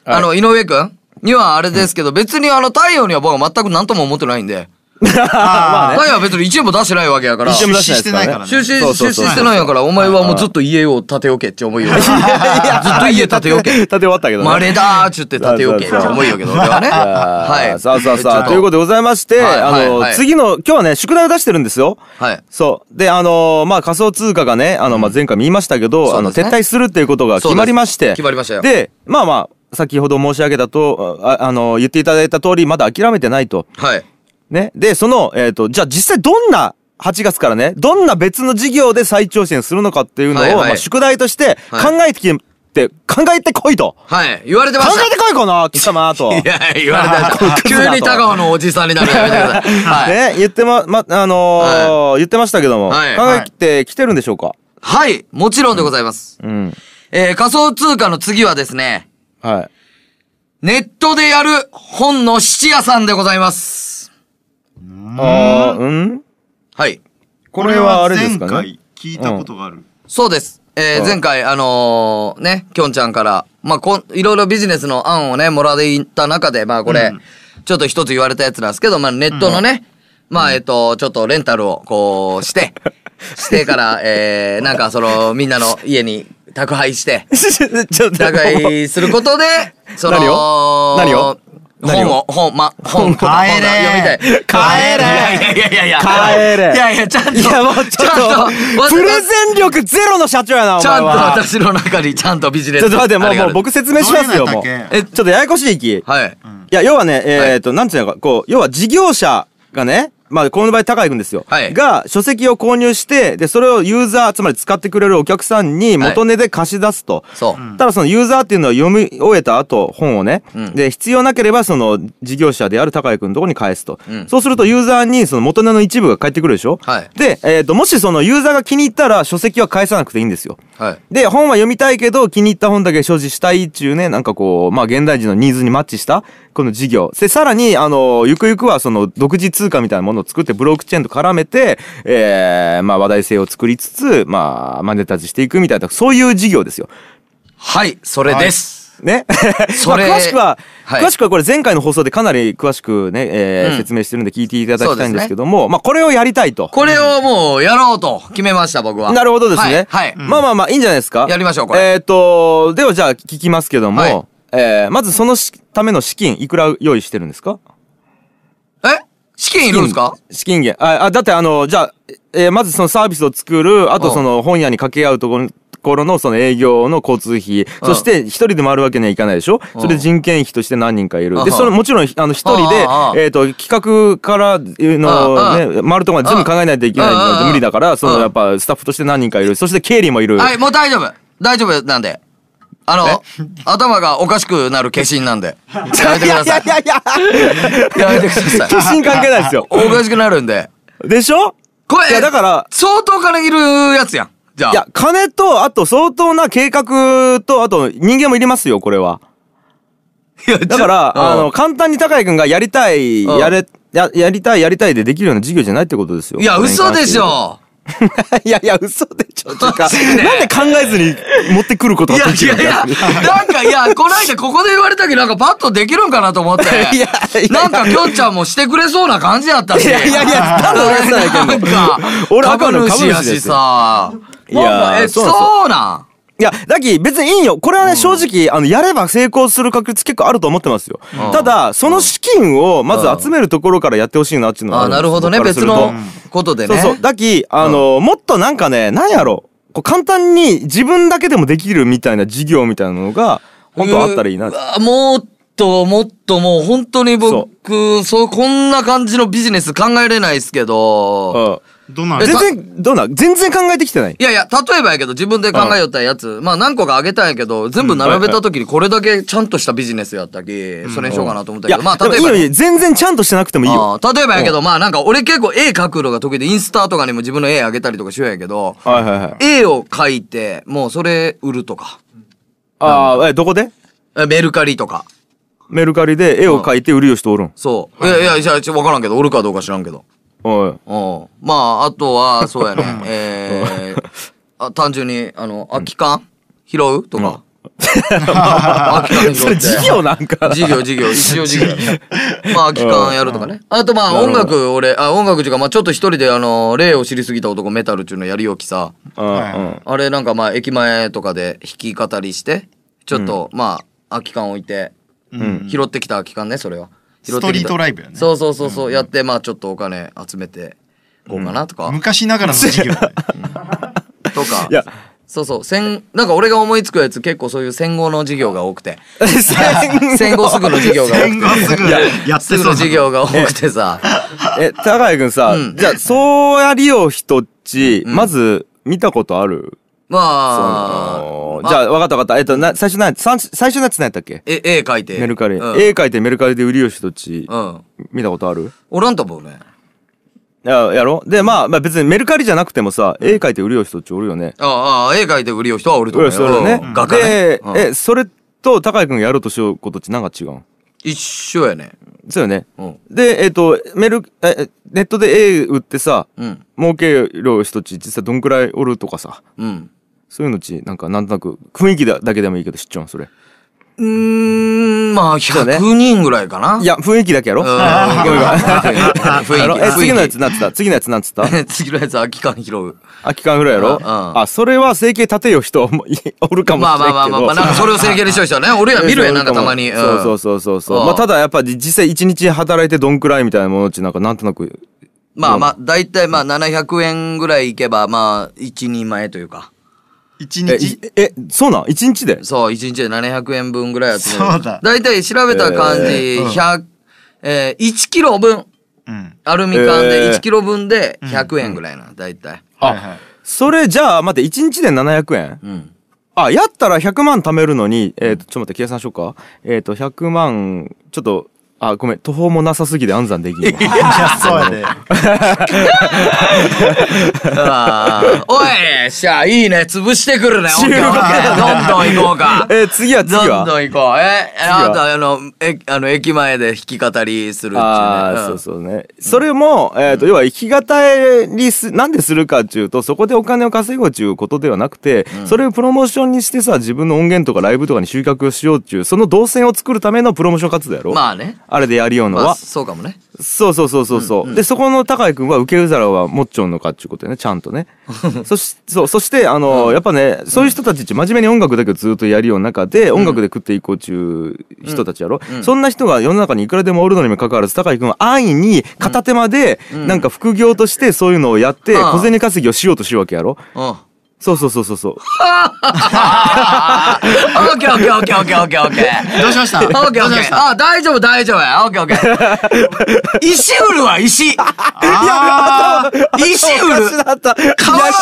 S2: あの、井上くんにはあれですけど、別にあの、太陽には僕は全く何とも思ってないんで、
S3: あ
S2: 太陽は別に一円も出してないわけやから、
S1: 一
S3: ー
S1: 円
S2: 出
S1: も
S3: 出資してないからね。
S2: 資、
S1: そ
S2: 出
S1: うそう
S2: 資
S1: そう
S2: してないんやから、お前はもうずっと家を建てよけって思うよ。 ずっと家建て よけ。
S1: 立て終わったけどね
S2: まれだーっちゅって建てよけって思うよけど、俺はね。
S1: は。
S2: はいい。
S1: さあさあ
S2: ちょっ
S1: さあ、ということでございまして、
S2: はいはい
S1: あの、
S2: はい
S1: 次の、今日はね、宿題を出してるんですよ。
S2: はい
S1: そう。で、あの、まあ、仮想通貨がね、あの、まあ、前回も言いましたけど、
S2: そ
S1: あ
S2: う
S1: の、
S2: ですね
S1: 撤退するっていうことが決まりまして。
S2: そうです決まりましたよ
S1: で、まあまあ、先ほど申し上げたと、ああの、言っていただいた通り、まだ諦めてないと。
S2: はい。
S1: ね。で、その、えっ、と、じゃあ実際どんな、8月からね、どんな別の事業で再挑戦するのかっていうのを、
S2: はいはい
S1: まあ、宿題として考
S2: はい
S1: えてきて、考えてこいと。
S2: はい。言われて
S1: 考
S2: ました
S1: え。てこいこの貴様と。
S2: いや、言われてま した
S1: クズだ
S2: 急
S1: と
S2: に田川のおじさんになるのやめてください。はい。
S1: ね、言ってま、ま、あのー言ってましたけども、
S2: はい
S1: 考えてきてるんでしょうか
S2: はい。もちろんでございます。
S1: うん。
S2: えー仮想通貨の次はですね、
S1: はい。
S2: ネットでやる本の質屋さんでございます。
S1: あーうん
S2: はい。
S1: これはあれですか
S3: 前
S1: ね
S3: 回聞いたことがある。
S2: そうです。えー
S1: うん
S2: 前回、あのーね、きょんちゃんから、まあ、こん、いろいろビジネスの案をね、もらっていった中で、まあ、これ、ちょっと一つ言われたやつなんですけど、まあ、ネットのね、まあ、えっ、と、ちょっとレンタルを、こ う、して、してから、えー、なんか、その、みんなの家に宅配して、
S1: ちょっと
S2: 宅配することで、そ の、
S1: 何を何を何
S2: 本
S1: を
S2: を、本、ま、本、
S1: 帰れ
S2: 本が読みたい。帰
S1: 帰
S2: れいやいやいやいや。
S1: 帰れ
S2: いやいや、ちゃんと。
S1: いやもうちょっと、プレゼン力ゼロの社長やな、お
S2: ちゃ
S1: 前
S2: んと
S1: は。
S2: 私の中にちゃんとビジネス。
S1: ちょっと待って、も
S2: あ
S1: う、
S2: れが
S1: も
S2: あ
S1: う
S2: る
S1: 僕説明しますよ、
S3: ど
S1: も
S3: う
S1: う。
S3: いうのだっ
S1: え、ちょっとややこしいき。
S2: はい。
S1: いや、要はね、えーっと、なんていうのか、こう、要は事業者がね、まあ、この場合、高井くんですよ。
S2: はい
S1: が、書籍を購入して、で、それをユーザー、つまり使ってくれるお客さんに元値で貸し出すと。
S2: そう。
S1: ただそのユーザーっていうのは読み終えた後、本をね、で、必要なければその事業者である高井くんのところに返すと。
S2: ん
S1: そうするとユーザーにその元値の一部が返ってくるでしょ
S2: はい
S1: で、えっ、と、もしそのユーザーが気に入ったら書籍は返さなくていいんですよ。
S2: はい。
S1: で、本は読みたいけど、気に入った本だけ所持したいっちゅうね、なんかこう、まあ、現代人のニーズにマッチした、この事業。で、さらに、あの、ゆくゆくは、その、独自通貨みたいなものを作って、ブロックチェーンと絡めて、えー、まあ、話題性を作りつつ、まあ、マネタイズしていくみたいな、そういう事業ですよ。
S2: はい、それです。
S1: ね。
S2: それ
S1: まあ詳しくは、
S2: はい
S1: 詳しくはこれ前回の放送でかなり詳しくね、えー
S2: うん
S1: 説明してるんで聞いていただきたいん
S2: そうです
S1: で
S2: ね
S1: すけども、まあ、これをやりたいと。
S2: これをもうやろうと決めました、僕は。
S1: なるほどですね。
S2: はい。はい
S1: まあまあまあ、いいんじゃないですか。
S2: やりましょうこれ
S1: えっ、と、ではじゃあ聞きますけども、
S2: はい
S1: えーまずそのしための資金、いくら用意してるんですか
S2: え資金いるんですか
S1: 資金源。あ、あだってあの、じゃあ、えーまずそのサービスを作る、あ
S2: う
S1: と
S2: ん
S1: その本屋に掛け合うところ、ところのその営業の交通費、そして一人で回るわけにはいかないでしょ
S2: うん
S1: それで人件費として何人かいる
S2: う。ん
S1: で、それもちろん、あの一人で
S2: ああ、
S1: えっと、企画から
S2: うん
S1: のね、回るところまで全部考えないといけないの
S2: うん
S1: で無理だから、その
S2: うん
S1: やっぱスタッフとして何人かいる。そして経理もいる。
S2: はい、もう大丈夫。大丈夫なんで。あの、頭がおかしくなる化身な んで。やめてください。
S1: やいや
S2: やめてくだ
S1: 決
S2: さい。
S1: 心関係ないですよ。
S2: おかしくなるんで。
S1: でしょ
S2: これ、
S1: いやだから
S2: 相当金いるやつやん。じゃあ。
S1: いや、金と、あと相当な計画と、あと人間もいりますよ、これは。
S2: いや、
S1: だ から、あの、簡単に高井くんがやりたい、
S2: うん
S1: やれ、や、やりたい、やりたいでできるような事業じゃないってことですよ。
S2: いや、嘘でしょ。
S1: いやいや、嘘でち ょっとか。
S2: マジで
S1: なんで考えずに持ってくること
S2: い
S1: が
S2: や
S1: でき
S2: い
S1: るん
S2: や
S1: だ
S2: いや、 なんかいや、この間ここで言われたけど、なんかパッとできるんかなと思 って。
S1: いやいや
S2: なんかきょんちゃんもしてくれそうな感じやったし。
S1: いやいやいや多分俺さやけど
S2: なんか、
S1: 俺赤の
S2: 株主や
S1: 株主で
S2: し
S1: す
S2: さ。
S1: いや
S2: なんかえ、
S1: そうなんですよ
S2: そうなん。
S1: いや、だき、別にいいよ。これはね、正直、あの、やれば成功する確率結構あると思ってますよ。
S2: ん
S1: ただ、その資金を、ま
S2: うん
S1: ず集めるところからやってほしいなっていうのは
S2: あ、
S1: るん
S2: な
S1: です
S2: るほどね。
S1: 僕からす
S2: 別
S1: ると
S2: のことで
S1: そ
S2: ね。
S1: うそう。だき、あの、もっとなんかね、なんやろ。こう簡単に自分だけでもできるみたいな事業みたいなのが、本当はあったらいいなって
S2: う。わもっともっともう本当に僕、そう、こんな感じのビジネス考えれないですけど。
S1: うん
S3: どうなん
S2: え
S1: 全然、どうなん全然考えてきてない。
S2: いやいや、例えばやけど、自分で考えよったやつ、まあ何個かあげたんやけど、全部並べた時にこれだけちゃんとしたビジネスやったき、それにしようかなと思った
S1: い
S2: け
S1: や、
S2: ど、まあ
S1: でも
S2: 例
S1: いい
S2: えば
S1: よ
S2: ね、
S1: いいよ全然ちゃんとしてなくてもいいよ。
S2: ああ例えばやけど、まあなんか俺結構絵描くのが得意で、インスタとかにも自分の絵あげたりとかしようやけど、
S1: はいはいはい。
S2: 絵を描いて、もうそれ売るとか、
S1: ああ、え、どこで
S2: えメルカリとか、
S1: メルカリで絵を描いて売るよ人おるん。
S2: そう。いやいや、じゃあちょっとわからんけど、売るかどうか知らんけど。
S1: おい。
S2: うん。まあ、あとは、そ うやね。えー、あ単純に、あの、空き缶拾うとか。空き缶 拾
S1: そ
S2: っ
S1: れ
S2: て。
S1: 事業なんかな
S2: 事業、事業、一応事業。まあ、空き缶やるとかね。あと、まあ、
S1: なるほ
S2: 音
S1: ど
S2: 楽、俺、あ、音楽っていうか、まあ、ちょっと一人で、あの、霊を知りすぎた男メタルっていうのやりよきさ。
S1: うん うん。
S2: あれ、なんかまあ、駅前とかで弾き語りして、ちょっと、まあ、空き缶置いて、拾ってきた空き缶ね、それは。拾ってきた
S3: ストリートライブやね
S2: そうそうそうそう、やって、まあ、ちょっとお金集めて、こうかなとか。
S3: 昔ながらの授業だね
S2: とか。
S1: いや
S2: そうそう。戦、なんか俺が思いつくやつ結構そういう戦後の授業が多くて。戦後すぐの授業が多
S3: 戦後
S2: くて。
S3: すぐやって
S2: すぐ
S3: そう
S2: の
S3: な
S2: 授業が多くてさ。
S1: え、高谷くんさ、じゃあ、そうやりよう人っち、まず、見たことある
S2: ま
S1: そ
S2: あ、
S1: のじゃ
S2: あ、
S1: あ、わかったわかった。えっと、な、最初な、さん最初のやつ何やったっけ
S2: え絵描いて。
S1: メルカリ。絵
S2: うん。
S1: 描いてメルカリで売りよう人っち、
S2: うん。
S1: 見たことある
S2: おらんと思うね。
S1: ややろで、まあ、まあ別にメルカリじゃなくてもさ、絵描いて売りよう人っちおるよね。
S2: ああ、ああ絵描いて売りよう人はおると
S1: 売り
S2: 思
S1: よ
S2: う
S1: う人おるよね
S2: うん。画家ね
S1: で。、
S2: うん
S1: え、それと高谷くんがやろうとしようことっちなんか違うん
S2: 一緒やね。
S1: そうよね。
S2: うん。
S1: で、えっ、と、メル、ええ、ネットで絵売ってさ、
S2: うん。
S1: 儲ける人っち実際どんくらいおるとかさ、
S2: うん。
S1: そういうのっち、なんかなんとなく、雰囲気だだけでもいいけど知っちゃうん、それ。
S2: うーん、まあ、
S1: うね
S2: 100人ぐらいかな。
S1: いや、雰囲気だけやろ
S2: うん、
S1: あ
S2: 雰囲気。
S1: のえ、次のやつ
S2: 雰
S1: なんつった次のやつなんつった
S2: 囲気。 次のやつ、空き缶拾う。
S1: 空き缶ぐらいやろ
S2: うんうん
S1: あ、それは整形立てよう人もいおるかもし
S2: ま
S1: れ
S2: あ
S1: ん
S2: まあまあ
S1: け
S2: ま
S1: ど
S2: あまあ、なんかそれを整形にしよう人は ね、俺ら見るやん、なんかたまに。
S1: そうそう
S2: う。
S1: そうそうそう
S2: うん
S1: まあただやっぱ実際一日働いてどんくらいみたいなものっちなんかなんとなく
S2: まあまあ、だいたいまあ700円ぐらいいけば、まあ、1、2万円というか。
S3: 一
S1: え
S3: 日
S1: いえそうなん一日で
S2: そう、1日で700円分ぐらい集める。
S3: そうだ
S2: だいたい調べた感じ、100、えー、1キロ分。
S3: うん
S2: アルミ缶
S1: え
S2: で
S1: ー
S2: 1キロ分で100円ぐらいな、だいたい。
S3: はいはい
S1: それじゃあ待って一日で700円
S2: うん。
S1: あやったら100万貯めるのにえっとちょっと待って計算しようかえっと100万ちょっとあごめん途方もなさすぎて暗算できんわ
S3: いやそうやで
S2: あーおいしゃあ、いいね、潰してくるね、オッケーオッケーどんどん行こうか。
S1: えー次は次
S2: どんど
S1: は
S2: ん行こう。え、
S1: は
S2: あとあの、え、あの、駅前で弾き語りするっていうね。
S1: あ
S2: ん
S1: あそうそうねそれもえっと要は生き方にすなんでするかっていうとそこでお金を稼ごうっていうことではなくてそれをプロモーションにしてさ自分の音源とかライブとかに集客をしようっていうその動線を作るためのプロモーション活動やろ
S2: まあね。
S1: あれでやりようの
S2: まあ、
S1: は
S2: そうかもね。
S1: そうそうそうそうそう、でそこの高井君は受け皿は持っちゃうのかっていうことやねちゃんとねそしそうそしてあの、やっぱねそういう人たちって真面目に音楽だけをずっとやるような中で、音楽で食っていこうっちゅう人たちやろ、そんな人が世の中にいくらでもおるのにもかかわらず高井君は安易に片手間で、なんか副業としてそういうのをやって、
S2: うん
S1: 小銭稼ぎをしようとしようわけやろ
S2: うん。オ
S1: そうそうそうそうそう
S2: ッケーオッケーオッケーオッケーオッケーオッケー。
S3: どうしましたど
S2: オッケーオ
S3: う
S2: ッ
S3: し
S2: ケー
S3: まし。た
S2: あ、大丈夫大丈夫や。オッケーオッケー。 石売るわ、石。
S3: あー
S2: 石売
S1: おかし
S2: る。
S1: なったいや
S2: 川で、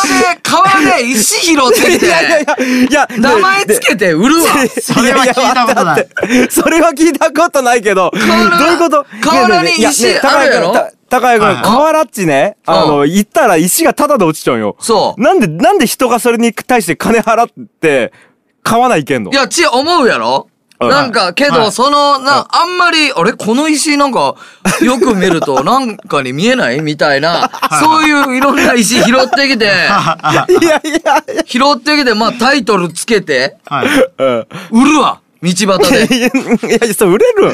S2: 川で石拾ってき
S1: いやいやい
S2: て、
S1: やいや
S2: 名前つけて売るわ。
S3: それは聞いたことない
S1: それは聞いたことないけど、どう
S2: 原
S1: いうこと
S2: 河原に
S1: ねえねえねえ
S2: 石
S1: いやねえ高
S2: あるやろ
S1: 井君た高井君、
S3: はい
S1: 河原っちね、あの、行ったら石がタダで落ちちゃうんよ。
S2: そう。
S1: なんで、なんで人がそれに対して金払って、買わないけんの
S2: いや、ち思うやろなんか、け
S3: は
S2: ど、
S3: い
S2: その、な、あんまり、あれ、この石なんか、よく見ると、なんかに見えないみたいな、そういういろんな石拾ってきて、
S1: いやいやい
S2: 拾ってきて、まあ、タイトルつけて、
S3: はい。
S1: や。
S2: 売るわ道端で。
S1: うん。いやいや、そう売れる。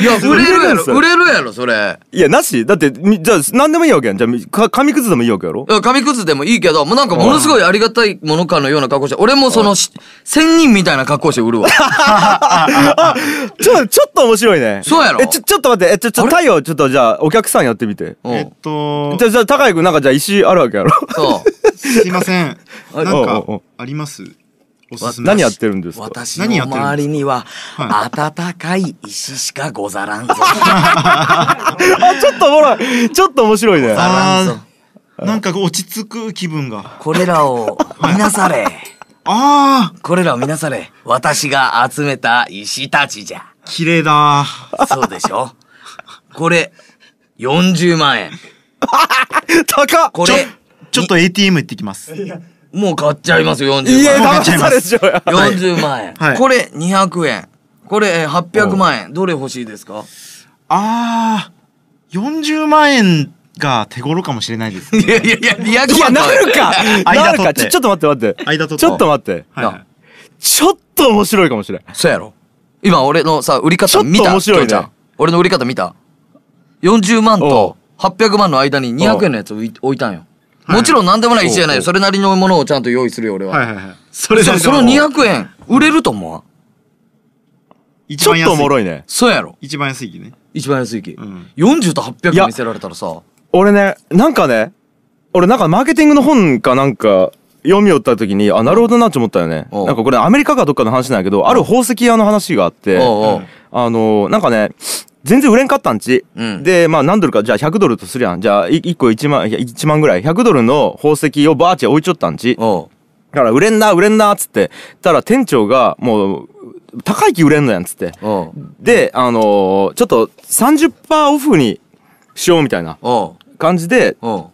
S2: いや、売れる
S1: 売
S2: や
S1: れるん
S2: ろ
S1: すよ
S2: 売れるやろ、それ。
S1: いや、なし。だって、みじゃあ、何でもいいわけやん。じゃあ、か紙くずでもいいわけやろ
S2: いや紙くずでもいいけど、もうなんかものすごいありがたいものかのような格好して、俺もそのし、仙人みたいな格好して売るわ。
S1: ちょ、ちょっと面白いね。
S2: そうやろ
S1: え、ちょ、ちょっと待って。え、ちょ、ちょ、太陽、ちょっとじゃあ、お客さんやってみて。
S2: う
S3: えっ
S2: ん。
S3: と
S1: じ、ゃあ、じゃあ、高井くんなんかじゃあ石あるわけやろ
S2: そう。
S3: すいま せん。
S2: あ
S3: なん
S1: おうおうお
S3: か
S1: う、
S3: ありますおすすめ。
S1: 何やってるんですか
S2: 私
S3: 何や
S2: の
S3: ってるんですか
S2: 周りには、
S3: は
S2: 暖かい石しかござら んぞ。
S1: あ、ちょっとおもろい。ちょっと面白いね。
S2: あなんぞ
S3: あーなんか落ち着く気分が。
S2: これらを見なされ。
S3: あー、
S2: これらを見なされ。私が集めた石たちじゃ。
S3: 綺麗だ。
S2: そうでしょこれ、40万円。
S1: 高っ
S2: こ
S3: ちょ
S2: れ、、
S3: ちょっと ATM 行ってきます。
S2: もう買っちゃいますよ、40万円。
S1: いや、
S3: もう買
S1: 騙
S3: っちゃい
S1: さ
S3: ます
S1: れちゃうやん。
S2: 40万円、
S3: はい
S2: これ200円これえー800万円どれ欲しいですか
S3: あー、40万円が手頃かもしれない ですね。
S2: いやいやいや
S1: い
S2: 200
S1: や、
S2: 万
S1: なるかな
S3: 間
S1: る
S3: 取
S1: か
S3: って
S1: ちょ、ちょっと待って待って。
S3: 間取って
S1: ちょっと待って。
S3: はいはい。
S1: ちょっと面白いかもしれん。
S2: そうやろ今俺のさ売り
S1: ちょ
S2: 方
S1: っと
S2: 見た
S1: 面白いね
S2: きょんちゃん俺の売り方見た40万と800万の間に200円のやつをい置いたんよもちろん何でもない石じゃないよそれなりのものをちゃんと用意するよ俺は、
S3: はいはいはい。それ
S2: そ
S3: で
S2: その200円売れると思う
S3: 一
S1: ちょ
S3: 番
S1: っ
S3: 安い。
S1: とおもろいね。
S2: そうやろ
S3: 一番安い木ね。
S2: 一番安い木、
S3: ん
S2: 40と800
S1: いや
S2: 見せられたらさ
S1: 俺ね、なんかね、俺なんかマーケティングの本かなんか読みよった時に、あ、なるほどなって思ったよね。
S2: おう
S1: なんかこれアメリカかどっかの話なんやけど、ある宝石屋の話があって、
S2: おうおう
S1: あのー、なんかね、全然売れんかったんち。
S2: うん
S1: で、まあ何ドルか、じゃあ100ドルとするやん。じゃあい1個1万、いや1万ぐらい。100ドルの宝石をバーチャ置いちょったんち。
S2: おう
S1: だから売れんな、売れんな、つって。たら店長が、もう、高い木売れんのやん、つって。
S2: おう
S1: で、あのーちょっと30%オフにしようみたいな
S2: おう
S1: 感じで、
S2: おう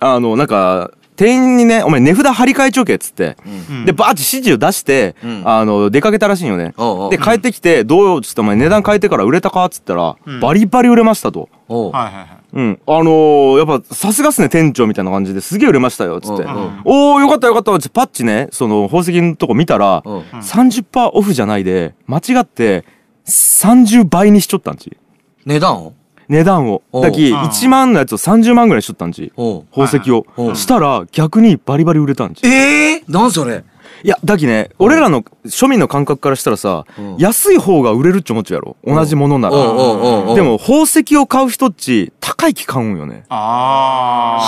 S1: あの、なんか、店員にね、お前値札張り替えちょけっつって、
S3: うん
S1: で、バーッて指示を出して、
S2: うん
S1: あの、出かけたらしいんよね。
S2: おうおう
S1: で、帰ってきて、どうっつって、お前値段変えてから売れたかっつったら、
S3: うん
S1: バリバリ売れましたと。
S2: おう
S3: はいはいはい。
S1: うん。あのーやっぱ、さすがっすね、店長みたいな感じですげえ売れましたよ、つって。
S2: うん
S3: うん
S1: おー、よかったよかったっつって、パッチね、その、宝石のとこ見たら、
S2: おう
S1: 30%オフじゃないで、間違って、30倍にしちょったんち。
S2: 値段を
S1: 値段を。
S2: おう
S1: だき、
S3: うん
S1: 1万のやつを30万ぐらいしちょったんち。
S2: おう
S1: 宝石を
S2: はいはいお。う
S1: したら、逆にバリバリ売れたんち。
S2: ええなんそれ
S1: いや、だきね、俺らの庶民の感覚からしたらさ
S2: うん、
S1: 安い方が売れるっち思っちゃうやろ。同じものなら。
S2: おうおうおうおう
S1: でも、宝石を買う人っち、高い木買うんよね。
S3: あ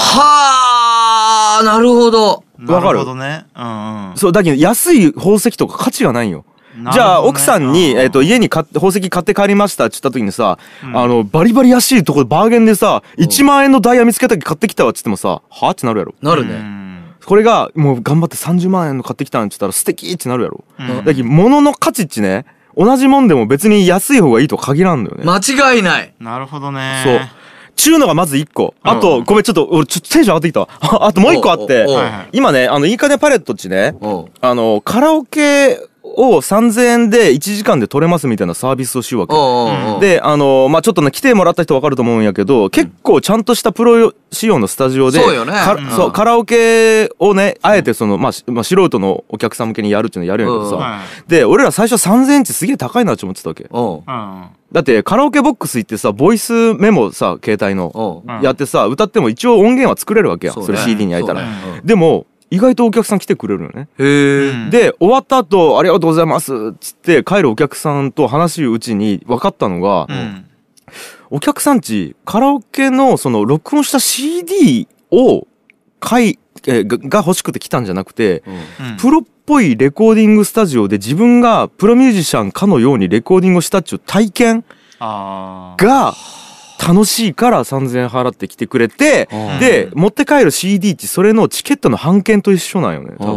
S2: はあなるほど
S3: ー。
S1: わかる
S3: なほどね。うんうん。
S1: そう、だけど安い宝石とか価値がないんよ。
S3: なるほどね
S1: じゃあ、奥さんに、
S3: うん
S1: えっと、家に買って、宝石買って帰りましたって言った時にさ、あの、バリバリ安いとこでバーゲンでさ、1万円のダイヤ見つけた時買ってきたわって言ってもさ、はあってなるやろ。
S2: なる
S3: う
S2: ね
S3: ん
S1: これが、もう頑張って30万円の買ってきたんって言ったら、素敵ってなるやろ。
S3: うん
S1: だけど、物の価値っちね、同じもんでも別に安い方がいいとは限らんのよね。
S2: 間違いない
S3: なるほど
S1: そう
S3: ね。。
S1: ちゅうのがまず1個。あと、ごめん、ちょっと、俺、ちょっとテンション上がってきたわ。 ああともう1個あって
S2: おうおうおう
S3: はいはい、
S1: 今ね、あの、いいかねパレットっちね、
S2: おう
S1: あの、カラオケを3000円で1時間で取れますみたいなサービスをしようわけ。
S2: おうおうおう
S1: で、あのまあ、ちょっとね、来てもらった人わかると思うんやけど、結構ちゃんとしたプロ仕様のスタジオで、
S2: そうよね
S1: か
S2: うん
S1: そう、カラオケをね、あえてその、まあ、しまあ、素人のお客さん向けにやるっていうのやるんやけど
S2: うん
S1: さ、
S3: は
S1: で、俺ら最初3000円ってすげえ高いなって思ってたわけ。
S2: おう
S3: い。うん。
S1: だって、カラオケボックス行ってさ、ボイスメモさ、携帯の。
S2: おう
S3: うん
S1: やってさ歌っても一応音源は作れるわけやんそ,、
S2: うね
S1: れ CD に焼いたら、
S2: そうね
S1: でも意外とお客さん来てくれるよね、
S2: うんへえ
S3: ん
S1: で終わった後ありがとうございます」っつって帰るお客さんと話しうちに分かったのが、
S3: うん。
S1: お客さんちカラオケのその録音した CD を買いえーがが欲しくて来たんじゃなくて、
S3: うん
S1: プロっぽいレコーディングスタジオで自分がプロミュージシャンかのようにレコーディングをしたっちゅう体験
S3: あー。
S1: が楽しいから3,000円払ってきてくれて、
S2: うん
S1: で持って帰る CD ってそれのチケットの半券と一緒なんよね多
S2: お
S3: うんう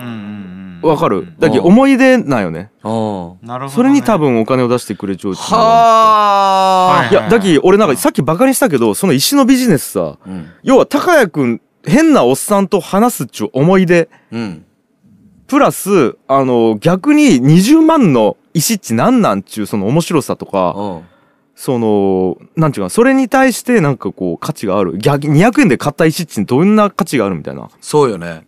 S3: んうん
S1: 分わかるだけど思い出なんよね
S2: お
S3: なるほどね。
S1: それに多分お金を出してくれちゃうっていうのが
S2: はい
S1: やだけど俺なんかさっきバカにしたけどその石のビジネスさ
S2: うん
S1: 要は高谷くん変なおっさんと話すっちゅう思い出
S2: うん
S1: プラスあの逆に20万の石っちなんなんちゅうその面白さとか、
S2: うん
S1: その、なんちゅうか、それに対してなんかこう価値がある。逆に200円で買った石っちにどんな価値があるみたいな。
S2: そうよね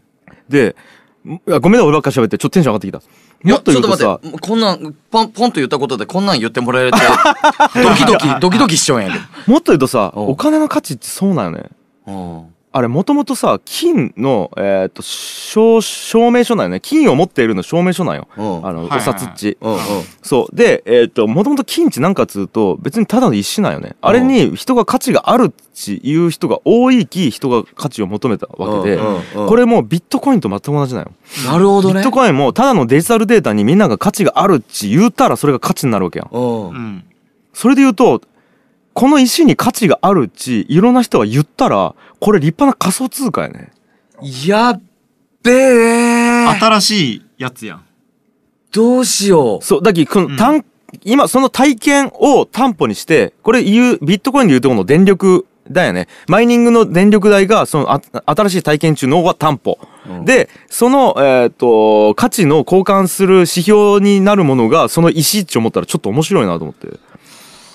S1: で、んいやごめんな俺ばっか喋って、ちょっとテンション上がってきた。
S2: い
S1: も
S2: や
S1: っと
S2: ちょ
S1: 言
S2: っ
S1: う
S2: と
S1: とさ
S2: 待っ、てこんなんポンポンと言ったことでこんなん言ってもらえ るってドキドキドキドキしちゃうんやけ
S1: もっと言うとさ、
S2: うん
S1: お金の価値ってそうなのね。
S2: ど、
S1: あれ、もともとさ、金の、えーっと、証、証明書なんよね。金を持っているの証明書なんよ。
S2: うん
S1: あの、
S3: はい
S1: お札っち。
S2: うんうん
S1: そう。で、えーっと、もともと金っちなんかっつうと、別にただの一種なんよね。あれに人が価値があるっちいう人が多いき、人が価値を求めたわけで、
S2: うんうんうん
S1: これもビットコインと全く同じなんよ。
S2: なるほど
S1: ビッ
S2: ね
S1: トコインもただのデジタルデータにみんなが価値があるっち言うたらそれが価値になるわけやん。
S2: うん
S3: うん。
S1: それで言うと、この石に価値があるうち、いろんな人が言ったら、これ立派な仮想通貨やね。
S2: やっべえ
S3: 新しいやつやん。
S2: どうしよう
S1: そう、だき、こ
S3: う
S1: の
S3: ん
S1: 単、今その体験を担保にして、これ言う、ビットコインで言うとこの電力だよね。マイニングの電力代が、そのあ、新しい体験中の方が担保。で、その、えっ、と、価値の交換する指標になるものが、その石って思ったらちょっと面白いなと思って。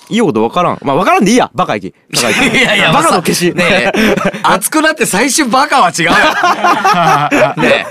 S1: いいことわからん。まあ、わからんでいいやバカ行き。バカ 行き。バカの消し。
S2: ねえ、熱くなって最終バカは違う よ。ね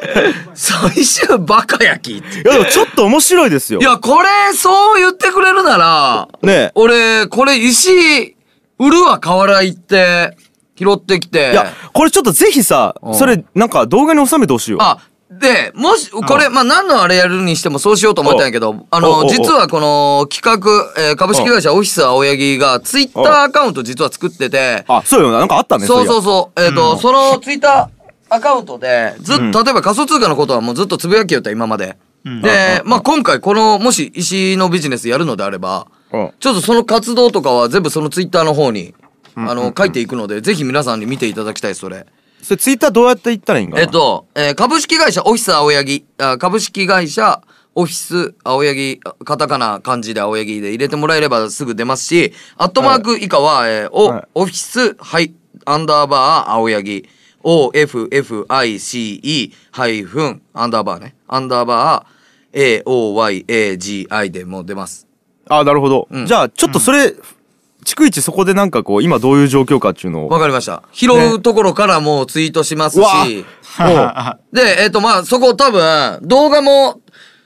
S2: え、最終バカ焼きって。
S1: いや、でもちょっと面白いですよ。
S2: いや、これ、そう言ってくれるなら、
S1: ね
S2: 俺、これ石、売るわ、河原行って、拾ってきて。
S1: いや、これちょっとぜひさ
S2: う、ん
S1: それ、なんか動画に収めてほしいよ。
S2: あ、で、もし、これ、まあ、何のあれやるにしてもそうしようと思ったんやけど、あ
S1: おうおうお
S2: の、
S1: う
S2: 実はこの企画、えー株式会社オフィス青柳が、ツイッターアカウント実は作ってて、
S1: あ、そうよな、なんかあったね。
S2: そうそう
S1: う
S2: そう。えっ、と、そのツイッターアカウントで、ずっと、例えば仮想通貨のことはもうずっとつぶやきよった、今まで。
S3: うん
S2: で、まあ今回この、もし石のビジネスやるのであれば、
S1: そう。うん。
S2: ちょっとその活動とかは全部そのツイッターの方に、あの、書いていくので、ぜひ皆さんに見ていただきたい、それ。
S1: それツイッターどうやって行ったらいいんかな
S2: えっ、と、えー株式会社オフィス青柳、あ株式会社オフィス青柳、あカタカナ漢字で青柳で入れてもらえればすぐ出ますし、アットマーク以下は、えーお、
S1: はい
S2: オフィス、はい、アンダーバー青柳、OFFICE、ハイフン、アンダーバーね、アンダーバー、AOYAGI でもう出ます。
S1: あ、なるほど。
S2: うん
S1: じゃあ、ちょっとそれ、逐一そこでなんかこう、今どういう状況かっていうのを。
S2: わかりました。拾うところからもうツイートします
S1: うわ
S2: し、
S1: お
S2: で、えっ、と、まあ、そこ多分、動画も、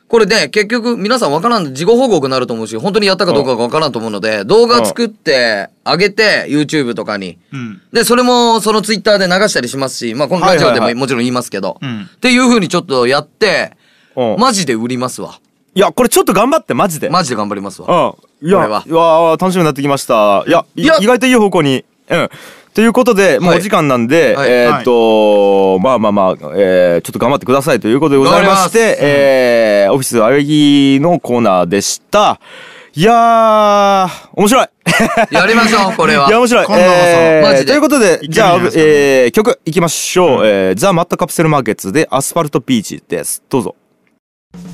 S2: これね、結局、皆さんわからん、事後報告になると思うし、本当にやったかどうかがわからんと思うので、動画作って、上げて、YouTube とかに。
S3: うん。
S2: で、それも、その Twitter で流したりしますし、まあ、このラジオで
S1: はいはいは
S2: も
S1: い
S2: もちろん言いますけど、
S3: うん
S2: っていう風にちょっとやって、
S1: うん
S2: マジで売りますわ。
S1: いや、これちょっと頑張って、マジで。
S2: マジで頑張りますわ。
S1: うん。い
S2: こ
S1: や、
S2: れ
S1: い
S2: は
S1: やー楽しみになってきました。いや、い
S2: いや
S1: 意外といい方向に。うん。ということで、もう
S2: はい
S1: お時間なんで、
S2: はい
S1: えーっと、まあまあまあ、えーちょっと頑張ってくださいということでございまして、
S2: 頑張ります
S1: えーオフィスあゆぎのコーナーでした。いやー、面白い
S2: やりましょう、これは。
S1: いや、面白い。
S3: 今度こそ
S1: ー
S2: マジで
S1: ということで
S3: いけ、るん
S1: じ
S3: じゃ
S1: ゃあ
S3: ないで、すかね
S1: えー曲いきましょう。えーザ・マットカプセルマーケッツでアスファルトビーチです。どうぞ。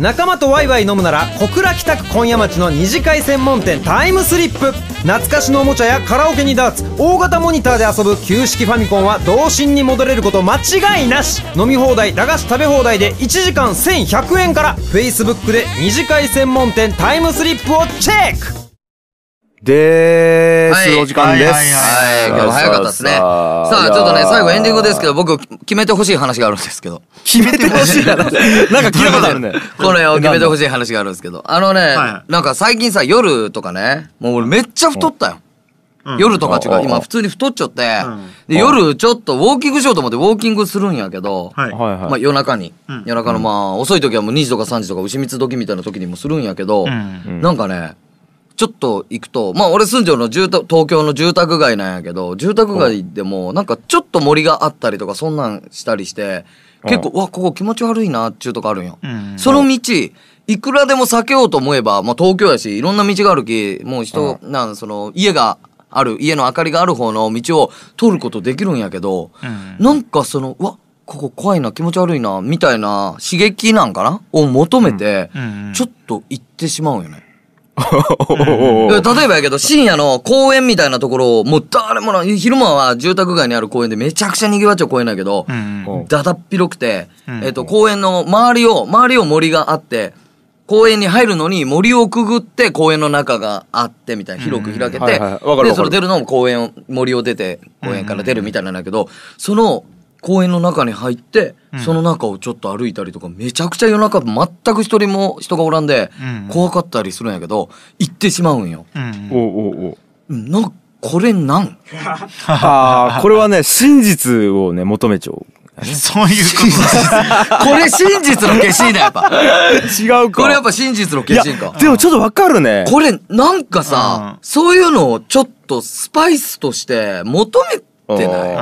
S5: 仲間とワイワイ飲むなら小倉北区今夜町の二次会専門店タイムスリップ懐かしのおもちゃやカラオケにダーツ大型モニターで遊ぶ旧式ファミコンは童心に戻れること間違いなし飲み放題駄菓子食べ放題で1時間1100円から Facebook で二次会専門店タイムスリップをチェック
S1: でーす、
S2: はい
S1: お時間です。
S3: はい
S2: はい、今日も早かったですね。
S1: さ
S2: さ
S1: あ
S2: あ、ちょっとね、最後エンディングですけど、
S1: い
S2: 僕、決めてほしい話があるんですけど。
S1: やー決めてほしいな。なんか聞いたことあるね。
S2: これを決めてほしい話があるんですけど。あのね、
S3: は
S2: なんか最近さ、夜とかね、もう俺めっちゃ太ったよ。
S3: うん
S2: 夜とかっていう
S1: う
S2: か、
S1: ん
S2: 今普通に太っちゃって、
S3: ん
S2: で夜ちょっとウォーキングしようと思ってウォーキングするんやけど、
S3: はい。
S1: はい
S2: まあ
S1: はい。
S2: 夜中に、
S3: ん
S2: 夜中のまあ遅い時はもう2時とか3時とか牛蜜時みたいな時にもするんやけど、
S3: うん。
S2: なんかね、ちょっと行くと、まあ俺住んでるの住宅、東京の住宅街なんやけど、住宅街でもなんかちょっと森があったりとかそんなんしたりして、結構、うわ、ここ気持ち悪いなっちゅうとこあるんよ。
S3: うん
S2: その道、いくらでも避けようと思えば、まあ東京やし、いろんな道があるき、もう人、なん、その家がある、家の明かりがある方の道を通ることできるんやけど、
S3: うん
S2: なんかその、うわ、ここ怖いな、気持ち悪いな、みたいな刺激なんかなを求めて、
S3: うんうん
S2: ちょっと行ってしまうんよね。
S1: おーおーおー
S2: 例えばやけど、深夜の公園みたいなところを、もう誰もな、昼間は住宅街にある公園でめちゃくちゃ賑わっちゃう公園だけど
S3: う、ん。
S2: だだっ広くて、
S3: うん
S2: えっと、公園の周りを、周りを森があって、公園に入るのに森をくぐって公園の中があってみたいな広く開け
S1: うんはい
S2: て
S1: はいわかるわかる
S2: でそれ出るのも公園を森を出て公園から出るみたいなんだけどその公園の中に入ってその中をちょっと歩いたりとかめちゃくちゃ夜中全く一人も人がおらんで
S3: うん
S2: 怖かったりするんやけど行ってしまうんよ。
S3: うん
S1: おうおうおう
S2: うんなんかこれなん
S1: ああこれはね真実をね求めちゃう
S3: そういうことです。
S2: これ真実の化身だやっぱ
S1: 違うか
S2: これやっぱ真実の
S1: い
S2: 化
S1: や
S2: 身か
S1: でもちょっとわかるね
S2: これなんかさ、
S3: うん
S2: そういうのをちょっとスパイスとして求めて
S1: あ
S2: な
S3: あー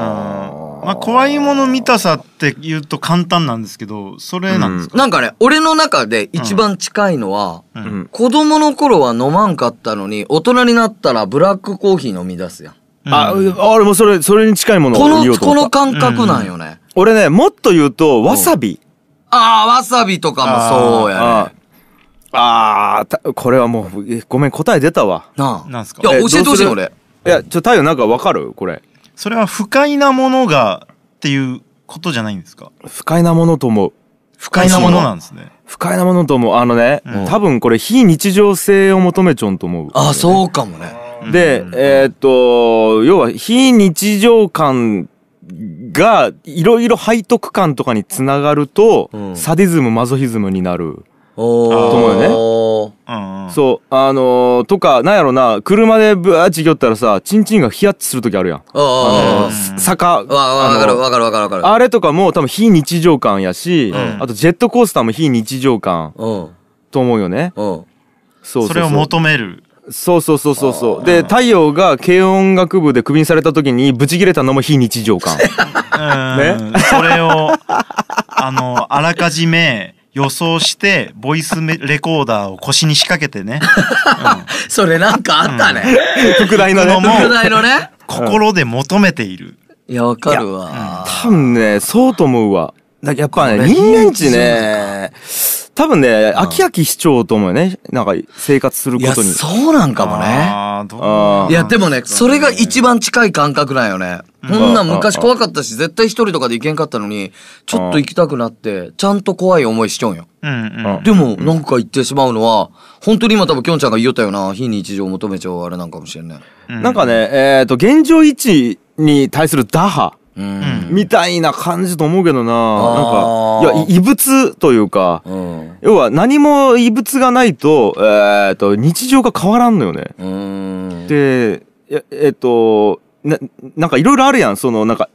S3: まあ、怖いもの見たさって言うと簡単なんですけど、それなんです
S2: いなんかね俺の中で一番近いのは、
S1: う
S3: か、うん
S1: ん
S2: 子供の頃は飲まんかったのに大人になったらブラックコーヒー飲み出すやん
S1: あ俺もそれそれに近いもの
S2: こ
S1: を言お
S2: の
S1: うと
S2: こ
S1: 思っ
S2: の
S1: た
S2: 感覚なんよね、
S1: 俺ねもっと言うとわさび
S2: ああわさびとかもそうやね
S1: あーあーたこれはもうえごめん答え出たわ
S2: なあ
S3: なんすか
S2: いや
S1: え
S2: 教えて
S1: ど
S2: ほ
S1: う
S2: し
S1: す
S2: い
S1: る
S2: 俺
S1: いやちょ太陽なんかわかるこれ
S3: それは不快なものがっていうことじゃないんですか
S1: 不快なものと思う
S3: 不快なものなんですね。
S1: 不快なものと思うあのね、
S2: うん
S1: 多分これ非日常性を求めちょんと思う
S2: ああそうかもね
S1: で、えーっと要は非日常感がいろいろ背徳感とかにつながると、
S2: うん
S1: サディズムマゾヒズムになる、
S2: お
S3: あーと
S2: お、
S3: 思うんうん
S1: そうあのーとかなんやろな車でブワーッちぎょったらさチンチンがヒヤッとする時あるやん
S2: ああ
S1: あの
S2: あ
S1: ー坂
S2: あわわ
S1: あの
S2: わかるわかるわかるわかる
S1: あれとかも多分非日常感やし、
S3: ん
S1: あとジェットコースターも非日常感
S2: うん
S1: と思うよね。
S2: うん
S1: そうそうそう
S3: それを求める。
S1: そうそうそうそうそう。で、太陽が軽音楽部でクビにされた時にブチ切れたのも非日常感。
S3: うんそれを、あの、あらかじめ予想して、ボイスメレコーダーを腰に仕掛けて ね、
S2: それなんかあったね。
S1: 副題の
S3: のも
S1: ね。
S2: 拡大のね。
S3: 心で求めている。
S2: いや、わかるわ。
S1: 多分ね、そうと思うわ。だやっぱね、人間値ね、多分ね、飽き飽きしちゃうと思うよね。なんか生活する
S2: い
S1: こ
S2: や、
S1: とに。
S2: そうなんかもね。
S3: あーどう
S1: あー
S2: いや、でもね、それが一番近い感覚なんよね。こんなん昔怖かったし、絶対一人とかで行けんかったのに、ちょっと行きたくなって、ちゃんと怖い思いしちゃうんよ。
S3: うんうん。
S2: でも、なんか行ってしまうのは、本当に今多分きょんちゃんが言おったよな、非日常を求めちゃうあれなんかもしれんね。
S1: なんかね、えっ、と、現状維持に対する打破
S2: うん。
S1: みたいな感じと思うけどな。
S2: あー
S1: なんか、いや、い異物というか、
S2: うん。
S1: 要は何も異物がないと、えっ、と、日常が変わらんのよね。
S2: うん。
S1: で、いやえっ、と、な、なんかいろいろあるやん、その、なんか、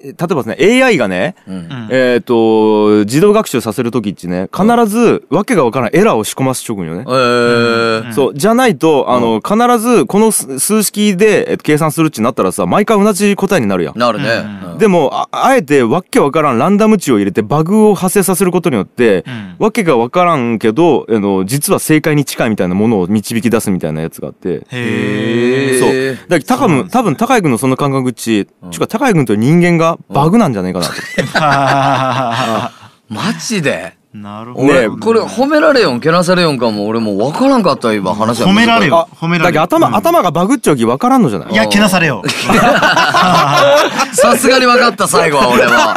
S1: え例えばですね、AI がね、
S2: うん
S3: うん
S1: えっ、と、自動学習させるときってね、必ず、わけがわからないエラーを仕込ませちょくんよね
S2: え。ー。
S1: そう、じゃないと、あの、必ず、この数数式で、えっと計算するってなったらさ、毎回同じ答えになるやん。
S2: なるね。うん
S1: でもあ、あえてわけわからんランダム値を入れてバグを発生させることによって、
S3: うん
S1: わけがわからんけど、あの、実は正解に近いみたいなものを導き出すみたいなやつがあって。
S3: へえ。
S1: そう
S2: へー。
S1: だから、高分、多分、高井君のその感覚値、ちゅうか、高井君という人間がバグなんじゃないかなと。
S2: マジで
S3: なるほど。
S1: ね
S2: 俺、これ褒められよん、けなされよんかも、俺もう分からんかった、今話は
S3: 褒められよ
S1: あ
S3: 褒められる
S1: だけど
S3: うん
S1: 頭、頭がバグっちゃうきわからんのじゃない
S3: いや、けなされよ。
S2: さすがに分かった、最後は俺は。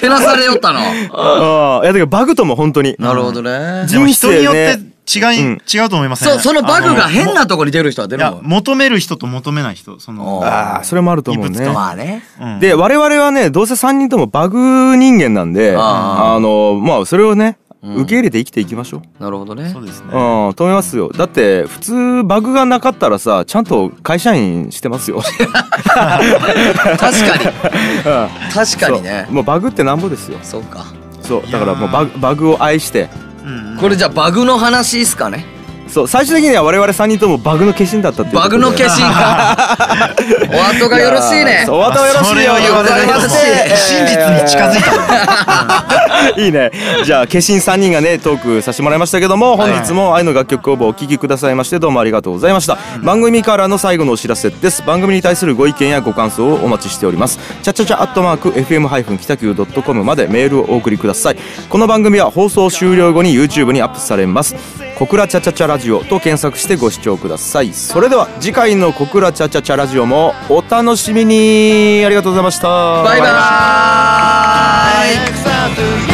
S2: けなされよったの。
S1: ああ、いや、だけどバグとも本当に。
S2: なるほどね。
S1: じ
S3: でも人によっ
S1: 人
S3: て違い、
S1: うん
S3: 違うと思いますね。
S2: そう、そのバグが変
S3: あ
S2: なとこに出る人は出
S3: の。い
S2: る
S3: や、
S2: もん。
S3: 求める人と求めない人、その。
S1: ああ、それもあると思う
S3: 異
S1: ね
S3: 物。
S2: まあね。
S3: うん
S1: で、我々はね、どうせ3人ともバグ人間なんで、
S2: あ
S1: あの、まあ、それをね、受け入れて生きていきましょう。
S2: なるほどね
S3: そう。ですね。
S1: うん、と思いますよ。だって、普通バグがなかったらさ、ちゃんと会社員してますよ。
S2: 確かに。確かにね
S1: そう。もうバグってなんぼですよ。
S2: そうか。
S1: そう、
S3: い
S1: だ
S3: やー
S1: からもうバグバグを愛して、
S3: うん
S2: これじゃあバグの話っすかね。
S1: そう、最終的には我々3人ともバグの化身だったっていうことで。
S2: バグの化身か。お後がよろしい
S1: や
S2: ね
S1: ー。そうお後がよろしいよう
S3: そ
S1: に
S3: れ
S1: ご
S3: は
S1: ざいまして。
S3: 真実に近づいたね。
S1: いいね。じゃあ、化身3人がね、トークさせてもらいましたけども、本日も愛の楽曲工房をお聴きくださいまして、どうもありがとうございました。番組からの最後のお知らせです。番組に対するご意見やご感想をお待ちしております。チャチャチャアットマーク FM- 北九 .com までメールをお送りください。この番組は放送終了後に YouTube にアップされます。小倉チャチャチャラジオと検索してご視聴ください。それでは、次回の小倉チャチャチャラジオもお楽しみにありがとうございました。
S2: バイバーイ。
S6: Next time to